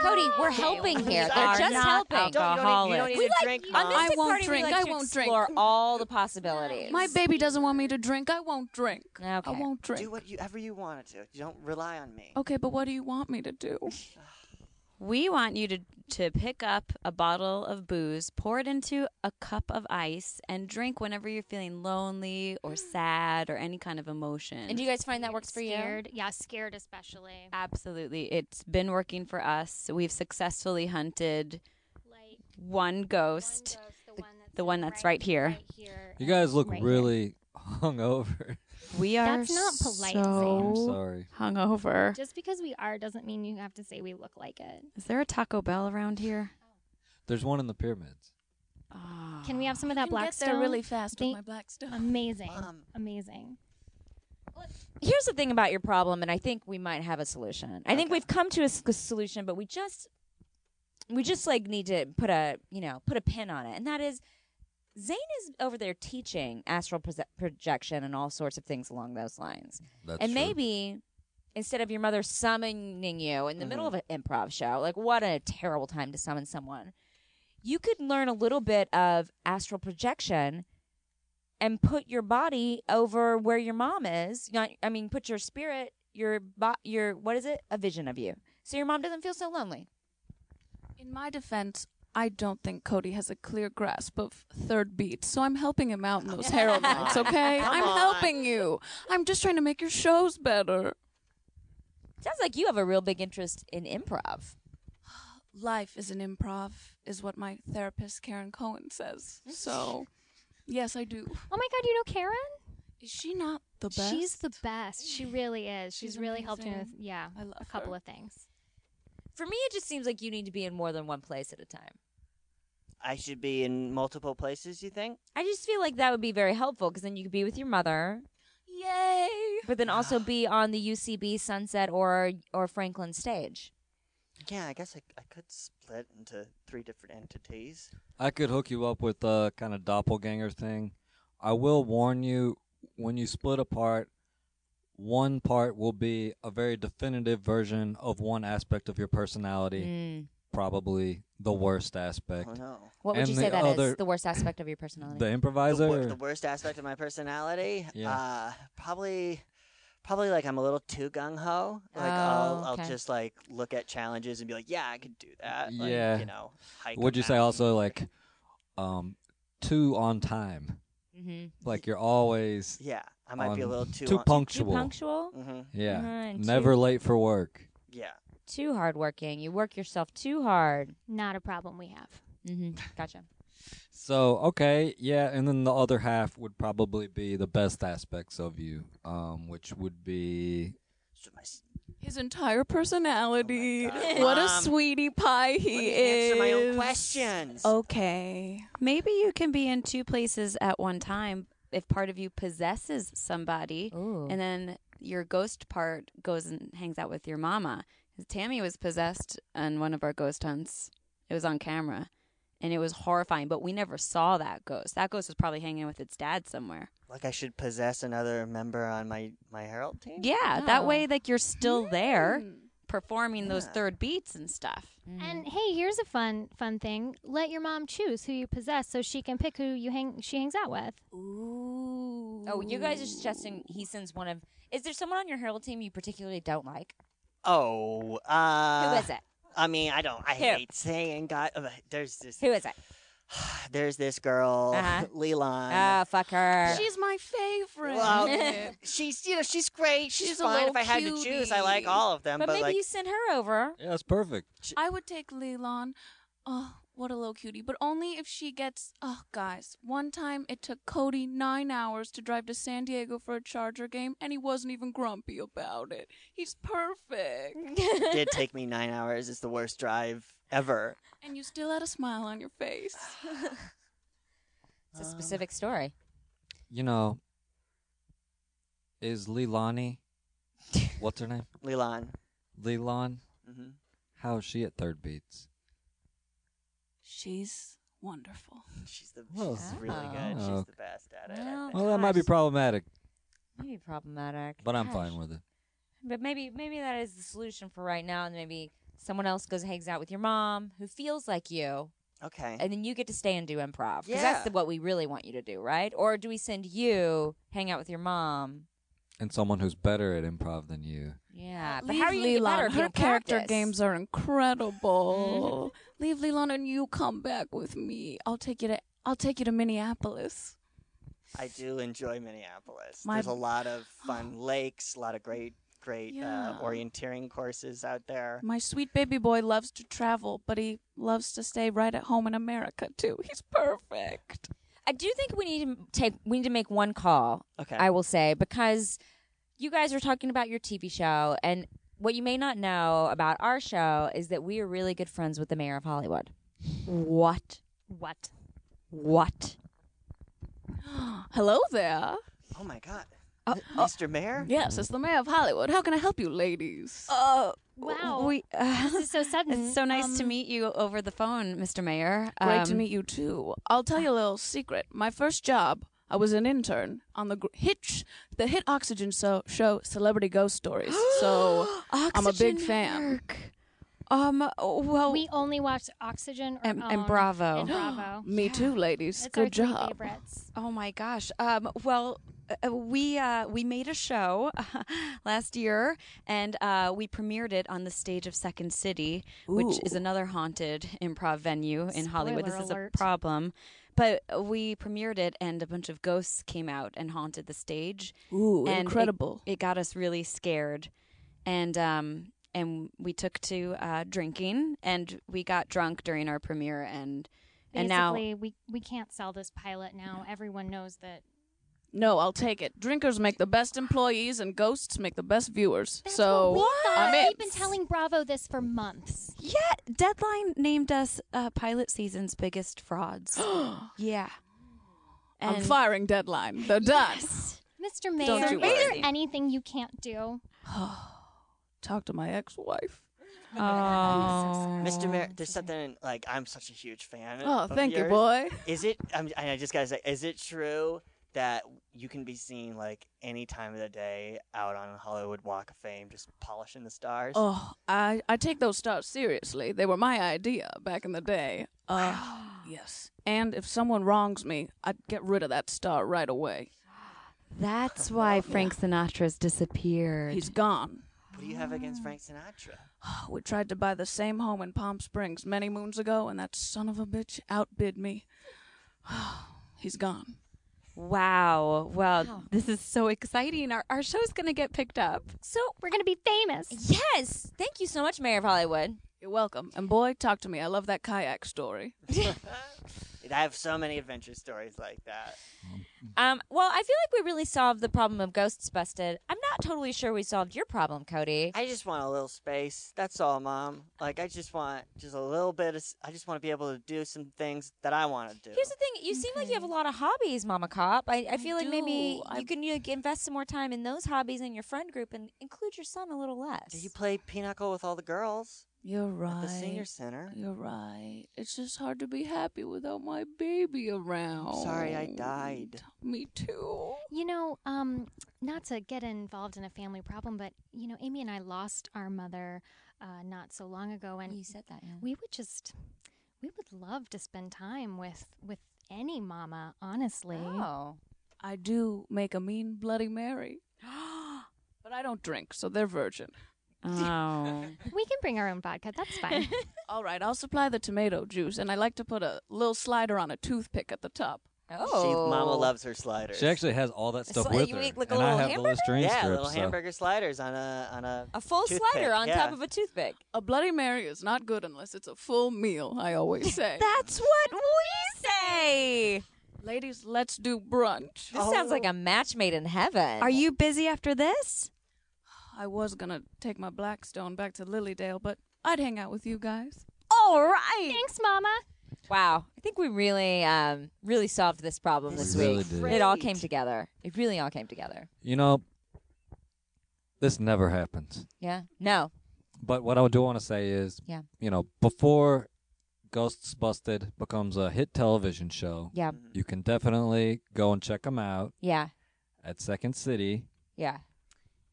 S2: Cody, we're helping here.
S6: These
S2: They're
S6: are
S2: just
S6: not
S2: helping.
S6: Don't- you don't need- you don't need
S1: Alcoholics. We
S6: to drink,
S2: On
S6: Mom.
S2: this
S5: I won't
S2: party, we
S5: drink.
S2: like
S5: I
S2: to
S5: won't drink.
S2: Explore all the possibilities.
S5: my baby doesn't want me to drink. I won't drink.
S2: Okay.
S5: I won't drink.
S6: Do whatever you want to. You don't rely on
S2: Oh.
S6: me.
S5: Okay, but what do you want me to do?
S1: We want you to to pick up a bottle of booze, pour it into a cup of ice, and drink whenever you're feeling lonely or sad or any kind of emotion.
S2: And do you guys find that works for you?
S4: scared. Yeah, scared especially.
S1: Absolutely, it's been working for us. We've successfully hunted
S4: Like
S1: one ghost.
S4: one goes, the, one that's,
S1: the one that's right here.
S4: Right here.
S3: You guys look
S4: Right here.
S3: really hungover. *laughs*
S1: We are
S4: That's not polite,
S3: I'm
S1: So
S3: sorry.
S1: hungover.
S4: Just because we are doesn't mean you have to say we look like it.
S1: Is there a Taco Bell around here?
S3: There's one in the pyramids.
S4: Can we have some of
S1: Ah,
S4: that black
S5: Get there
S4: stone?
S1: *laughs*
S5: really fast
S4: They-
S5: with my black stuff.
S4: Amazing.
S6: Mom.
S4: Amazing.
S2: Here's the thing about your problem, and I think we might have a solution. I think we've come to a s- solution, but we just we just like need to put a you know put a pin on it, and that is. Zane is over there teaching astral proje- projection and all sorts of things along those lines.
S3: That's
S2: and
S3: true.
S2: maybe instead of your mother summoning you in the
S3: Mm-hmm.
S2: middle of an improv show, like what a terrible time to summon someone, you could learn a little bit of astral projection and put your body over where your mom is. Not, I mean, put your spirit, your bo- your what is it? A vision of you, so your mom doesn't feel so lonely.
S5: In my defense, I don't think Cody has a clear grasp of third beats, so I'm helping him out in *laughs* those harrow nights, okay? I'm
S6: on.
S5: helping you. I'm just trying to make your shows better.
S2: Sounds like you have a real big interest in improv.
S5: life is an improv is what my therapist Karen Cohen says. So, yes, I do.
S4: Oh my God, you know Karen?
S5: Is she not the best?
S4: She's the best. She really is. She's,
S5: She's
S4: really helped me with
S5: amazing.
S4: yeah,
S5: I love
S4: a couple
S5: her.
S4: of things.
S2: For me, it just seems like you need to be in more than one place at a time.
S6: I should be in multiple places. You think?
S2: I just feel like that would be very helpful because then you could be with your mother,
S5: Yay!
S2: but then also be *sighs* on the UCB Sunset or or Franklin stage.
S6: Yeah, I guess I, I could split into three different entities.
S3: I could hook you up with a kind of doppelganger thing. I will warn you when you split apart,
S4: Mm.
S3: one part will be a very definitive version of one aspect of your personality, probably the worst
S6: Oh
S3: aspect.
S6: no.
S2: Hmm. What would
S3: And
S2: you
S3: the
S2: say that is
S3: other-
S2: The worst aspect of your personality.
S3: The
S6: The, wor-
S3: improviser.
S6: the worst aspect of my personality,
S3: Yeah.
S6: uh, probably, probably like I'm a little too gung ho. Like I'll,
S2: Oh, okay.
S6: I'll just like look at challenges and be like, yeah, I could do that. Like,
S3: Yeah.
S6: You know. hike a
S3: Would you say
S6: mountain
S3: also
S6: or-
S3: like um too on time?
S2: mm-hmm.
S3: Like you're always
S6: Yeah, I might be a
S3: on-
S6: little too.
S3: um, too
S2: Too
S6: on-
S3: punctual.
S2: punctual,
S6: Mhm,
S3: Yeah.
S2: Uh-huh, and
S3: Never
S2: too,
S3: late for work.
S6: Yeah.
S2: too hardworking. You work yourself too hard.
S4: Not a problem we have.
S2: hmm Gotcha.
S3: So okay, yeah, and then the other half would probably be the best aspects of you, um, which would be
S6: So my s- oh
S5: His entire personality.
S6: God.
S5: what a
S6: Mom,
S5: sweetie pie he
S6: let me
S5: is.
S6: answer my own questions.
S1: Oh.
S5: Okay.
S1: Maybe you can be in two places at one time if part of you possesses somebody,
S2: Ooh.
S1: and then your ghost part goes and hangs out with your mama. Tammy was possessed on one of our ghost hunts. It was on camera, and it was horrifying. But we never saw that ghost. That ghost was probably hanging with its dad somewhere.
S6: Like I should possess another member on my my herald team.
S1: Yeah, that
S2: Oh.
S1: way, like you're still there
S5: Mm.
S1: performing those
S6: Yeah.
S1: third beats and stuff.
S4: And
S1: Mm.
S4: hey, here's a fun fun thing. Let your mom choose who you possess so she can pick who you hang she hangs out with.
S2: Ooh. Oh, you guys are suggesting he sends one of. Is there someone on your Herald team you particularly don't like?
S6: Oh. Uh,
S2: Who is it?
S6: I mean, I don't. I
S2: Who?
S6: hate saying God. uh, There's this.
S2: Who is it?
S6: *sighs* There's this girl,
S2: Uh-huh.
S6: *laughs* Leland.
S2: oh, fuck her.
S5: She's my favorite. *laughs*
S6: Well, *laughs* she's you know she's great. She's,
S5: She's a
S6: fine.
S5: little
S6: If I had to choose, I like
S5: cutie.
S6: all of them.
S2: but
S6: But,
S2: maybe
S6: like,
S2: you sent her over.
S3: yeah, that's perfect.
S5: I would take Leilon. Oh, what a little cutie. But only if she gets. Oh, guys. One time it took Cody nine hours to drive to San Diego for a Charger game, and he wasn't even grumpy about it. He's perfect.
S6: it did take me nine hours. It's the worst drive ever.
S5: And you still had a smile on your face.
S2: It's a specific story.
S3: You know, is
S6: *laughs*
S3: Leilani? what's her name?
S6: Leland.
S3: Leilon.
S6: hmm
S3: How is she at third beats?
S5: She's wonderful.
S6: She's the
S3: Well,
S6: she's really good.
S3: oh.
S6: She's the best at it. I
S2: Well,
S6: think.
S3: Well, that might be
S2: Gosh.
S3: problematic,
S2: Maybe problematic.
S3: but I'm
S2: Gosh.
S3: fine with it.
S2: But maybe maybe that is the solution for right now, and maybe someone else goes and hangs out with your mom who feels like you,
S6: okay.
S2: and then you get to stay and do improv because
S6: Yeah.
S2: that's the, what we really want you to do, right? Or do we send you hang out with your mom?
S3: And someone who's better at improv than you.
S2: Yeah, but
S5: Leave
S2: how are you gonna get
S5: Leilon.
S2: better if you
S5: Her
S2: don't
S5: character
S2: practice?
S5: games
S2: *laughs*
S5: are incredible. Leave Leilon and you come back with me. I'll take you to I'll take you to Minneapolis.
S6: I do enjoy Minneapolis.
S5: My-
S6: There's a lot of fun lakes. A lot of great great
S5: Yeah.
S6: uh, orienteering courses out there.
S5: My sweet baby boy loves to travel, but he loves to stay right at home in America too. He's perfect.
S2: I do think we need to m- take we need to make one call.
S6: Okay.
S2: I will say because you guys are talking about your TV show and what you may not know about our show is that we are really good friends with the mayor of Hollywood.
S1: What? What? What?
S5: Hello there.
S6: oh my God. M- Mr. Mayor.
S5: Yes, it's the mayor of Hollywood. How can I help you, ladies?
S1: Oh,
S4: Wow.
S1: We, *laughs* uh,
S4: This is so sudden.
S1: It's so nice to
S4: Um,
S1: meet you over the phone, Mr. Mayor.
S5: Great to
S1: Um,
S5: meet you too. I'll tell you a little secret. My first job, I was an intern on the gr- Hitch, the hit Oxygen so- show, Celebrity Ghost *gasps* Stories.
S4: *gasps*
S5: so I'm a big
S1: Oxygen
S5: fan.
S1: Network. Um. oh, Well,
S4: We only watch Oxygen or
S1: And- and
S4: Own
S1: Bravo.
S4: And Bravo.
S5: *gasps*
S1: *gasps*
S5: me too, ladies.
S4: That's our
S5: Good
S4: three
S5: job.
S4: favorites.
S1: oh my gosh. Um. Well, uh, we uh we made a show *laughs* last year, and uh, we premiered it on the stage of Second City, which is another haunted improv venue in Hollywood. This
S4: Spoiler
S1: is a
S4: alert.
S1: problem. But we premiered it, and a bunch of ghosts came out and haunted the stage.
S5: Ooh,
S1: and it-
S5: incredible.
S1: it got us really scared and um and we took to uh drinking and we got drunk during our premiere and and now
S4: Basically, we we can't sell this pilot now. Everyone knows that.
S5: no, I'll take it. Drinkers make the best employees, and ghosts make the best viewers. so I'm in.
S4: We've been telling Bravo this for months.
S1: yeah deadline named us uh pilot season's biggest frauds yeah
S5: I'm firing deadline. They're done.
S1: yes.
S4: Mr. Mayor,
S5: you
S4: is there
S5: worry.
S4: anything you can't do?
S5: Talk to my ex-wife.
S2: Oh.
S6: Mr. Mayor, there's something like I'm such a huge fan.
S5: Oh,
S6: of
S5: thank you, *laughs*
S6: yours.
S5: boy.
S6: Is it? I'm, and I just gotta say, is it true that you can be seen like any time of the day out on Hollywood Walk of Fame, just polishing the stars.
S5: Oh, I, I take those stars seriously. They were my idea back in the *gasps* day. Uh, yes. And if someone wrongs me, I'd get rid of that star right away.
S1: That's why Frank Sinatra's disappeared.
S5: He's gone. *sighs*
S6: What do you have against Frank Sinatra? *laughs*
S5: *laughs* We tried to buy the same home in Palm Springs many moons ago, and that son of a bitch outbid me. *sighs* He's gone.
S1: wow. Well, this is so exciting. Our, our show's going to get picked up.
S4: So we're gonna be famous.
S2: Yes. Thank you so much, Mayor of Hollywood.
S5: You're welcome. And boy, talk to me. I love that kayak story.
S6: I have so many adventure stories like that.
S2: Um, well, I feel like we really solved the problem of ghosts busted. I'm not totally sure we solved your problem, Cody.
S6: I just want a little space. That's all, mom. Like I just want just a little bit of. s- I just want to be able to do some things that I want to do.
S2: Here's the thing: you seem like you have a lot of hobbies, Mama Cop. I, I feel like maybe
S5: do. I-
S2: you can like, invest some more time in those hobbies in your friend group and include your son a little less.
S6: Did you play pinochle with all the girls
S5: You're
S6: at
S5: right.
S6: the senior center?
S5: You're right. It's just hard to be happy without my baby around.
S6: sorry I died.
S5: Me too.
S4: You know, um, not to get involved in a family problem, but you know, Amy and I lost our mother uh, not so long ago, and
S2: You said that, yeah.
S4: we would just, we would love to spend time with with any mama, honestly.
S2: Oh,
S5: I do make a mean Bloody Mary. *gasps* but I don't drink, so they're virgin.
S1: Oh.
S4: We can bring our own vodka.
S2: *laughs*
S4: That's fine.
S5: All right, I'll supply the tomato juice, and I like to put a little slider on a toothpick at the top.
S2: oh,
S6: She, mama loves her sliders.
S3: She actually has all that stuff
S2: like
S3: with
S2: you
S3: her,
S2: eat like a
S3: and I
S2: little
S3: have
S2: hamburger?
S3: the Listerine
S6: yeah,
S3: strips.
S6: little
S3: so-
S6: hamburger sliders on a on a.
S2: a full
S6: Toothpick,
S2: slider on
S6: yeah.
S2: top of a toothpick.
S5: A Bloody Mary is not good unless it's a full meal,
S6: *laughs*
S5: I always say.
S2: That's what we say.
S5: Ladies, let's do brunch.
S2: This sounds like a match made in heaven.
S1: Are you busy after this?
S5: I was gonna take my Blackstone back to Lilydale, but I'd hang out with you guys.
S2: All right.
S4: Thanks, mama.
S2: Wow, I think we really, um, really solved this problem
S6: This
S2: this,
S6: is
S2: week.
S3: really did.
S2: It all
S6: great.
S2: came together. It really all came together.
S3: You know, this never happens.
S2: Yeah. No.
S3: But what I do want to say is,
S2: Yeah.
S3: you know, before Ghosts Busted becomes a hit television show,
S2: Yeah.
S6: Mm-hmm.
S3: you can definitely go and check them out
S2: Yeah.
S3: at Second City.
S2: Yeah.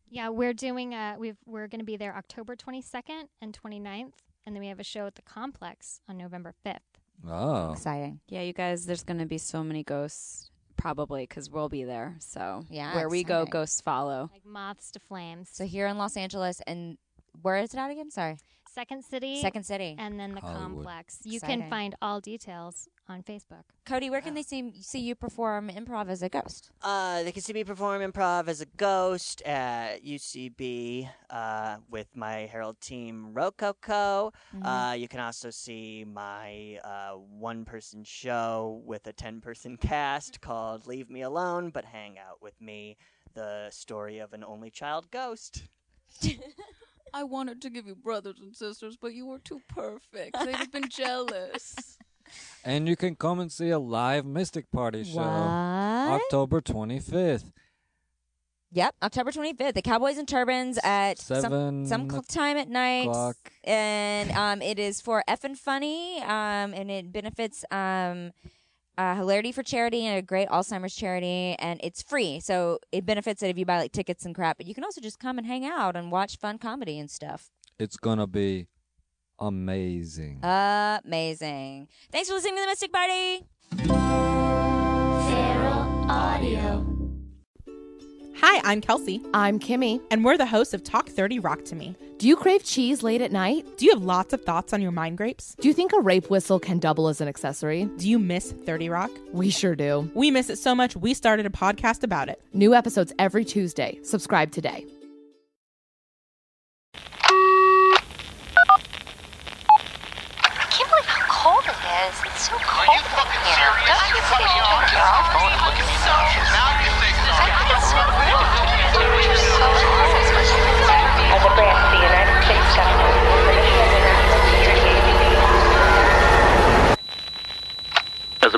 S4: Yeah, we're doing. Uh, we've we're gonna be there October twenty second and 29th, and then we have a show at the complex on November fifth.
S3: Oh,
S2: Exciting.
S1: Yeah, you guys, there's going to be so many ghosts probably because we'll be there. So
S2: Yeah,
S1: where we go,
S2: exciting.
S1: ghosts follow.
S4: Like moths to flames.
S2: So here in Los Angeles, and where is it at again? Sorry.
S4: Second City.
S2: Second City.
S4: and then the
S3: Hollywood.
S4: complex. You
S2: Exciting.
S4: can find all details on Facebook.
S2: Cody, where can they see see you perform improv as a ghost?
S6: Uh, they can see me perform improv as a ghost at UCB uh, with my Herald team Rococo.
S2: Mm-hmm.
S6: Uh, you can also see my uh, one person show with a 10 person cast called Leave Me Alone, but Hang Out with Me The Story of an Only Child Ghost.
S5: I wanted to give you brothers and sisters, but you were too perfect. They'd have been jealous.
S3: and you can come and see a live Mystic
S2: Mm-hmm.
S3: Party show October 25th.
S2: Yep, October 25th. The Cowboys and Turbans at some,
S3: Seven
S2: some cl- time at night.
S3: o'clock.
S2: And um, it is for effing funny. Um, and it benefits um, uh, Hilarity for Charity and a great Alzheimer's charity. And it's free. So it benefits it if you buy like tickets and crap. But you can also just come and hang out and watch fun comedy and stuff.
S3: It's going to be amazing.
S2: Amazing. Thanks for listening to the Mystic Party.
S7: Hi, I'm Kelsey. I'm Kimmy. And we're the hosts of Talk 30 Rock to Me.
S8: Do you crave cheese late at night?
S7: Do you have lots of thoughts on your mind grapes?
S8: Do you think a rape whistle can double as an accessory?
S7: Do you miss 30 Rock?
S8: We sure do.
S7: We miss it so much, we started a podcast about it.
S8: New episodes every Tuesday. Subscribe today.
S9: I can't believe how cold it is. It's so cold Are you fucking here. Serious? Don't you fucking think you're off? Look at me so now you think so. I think it's so real. Temperature's so low. As a brand, the United States government will
S10: As a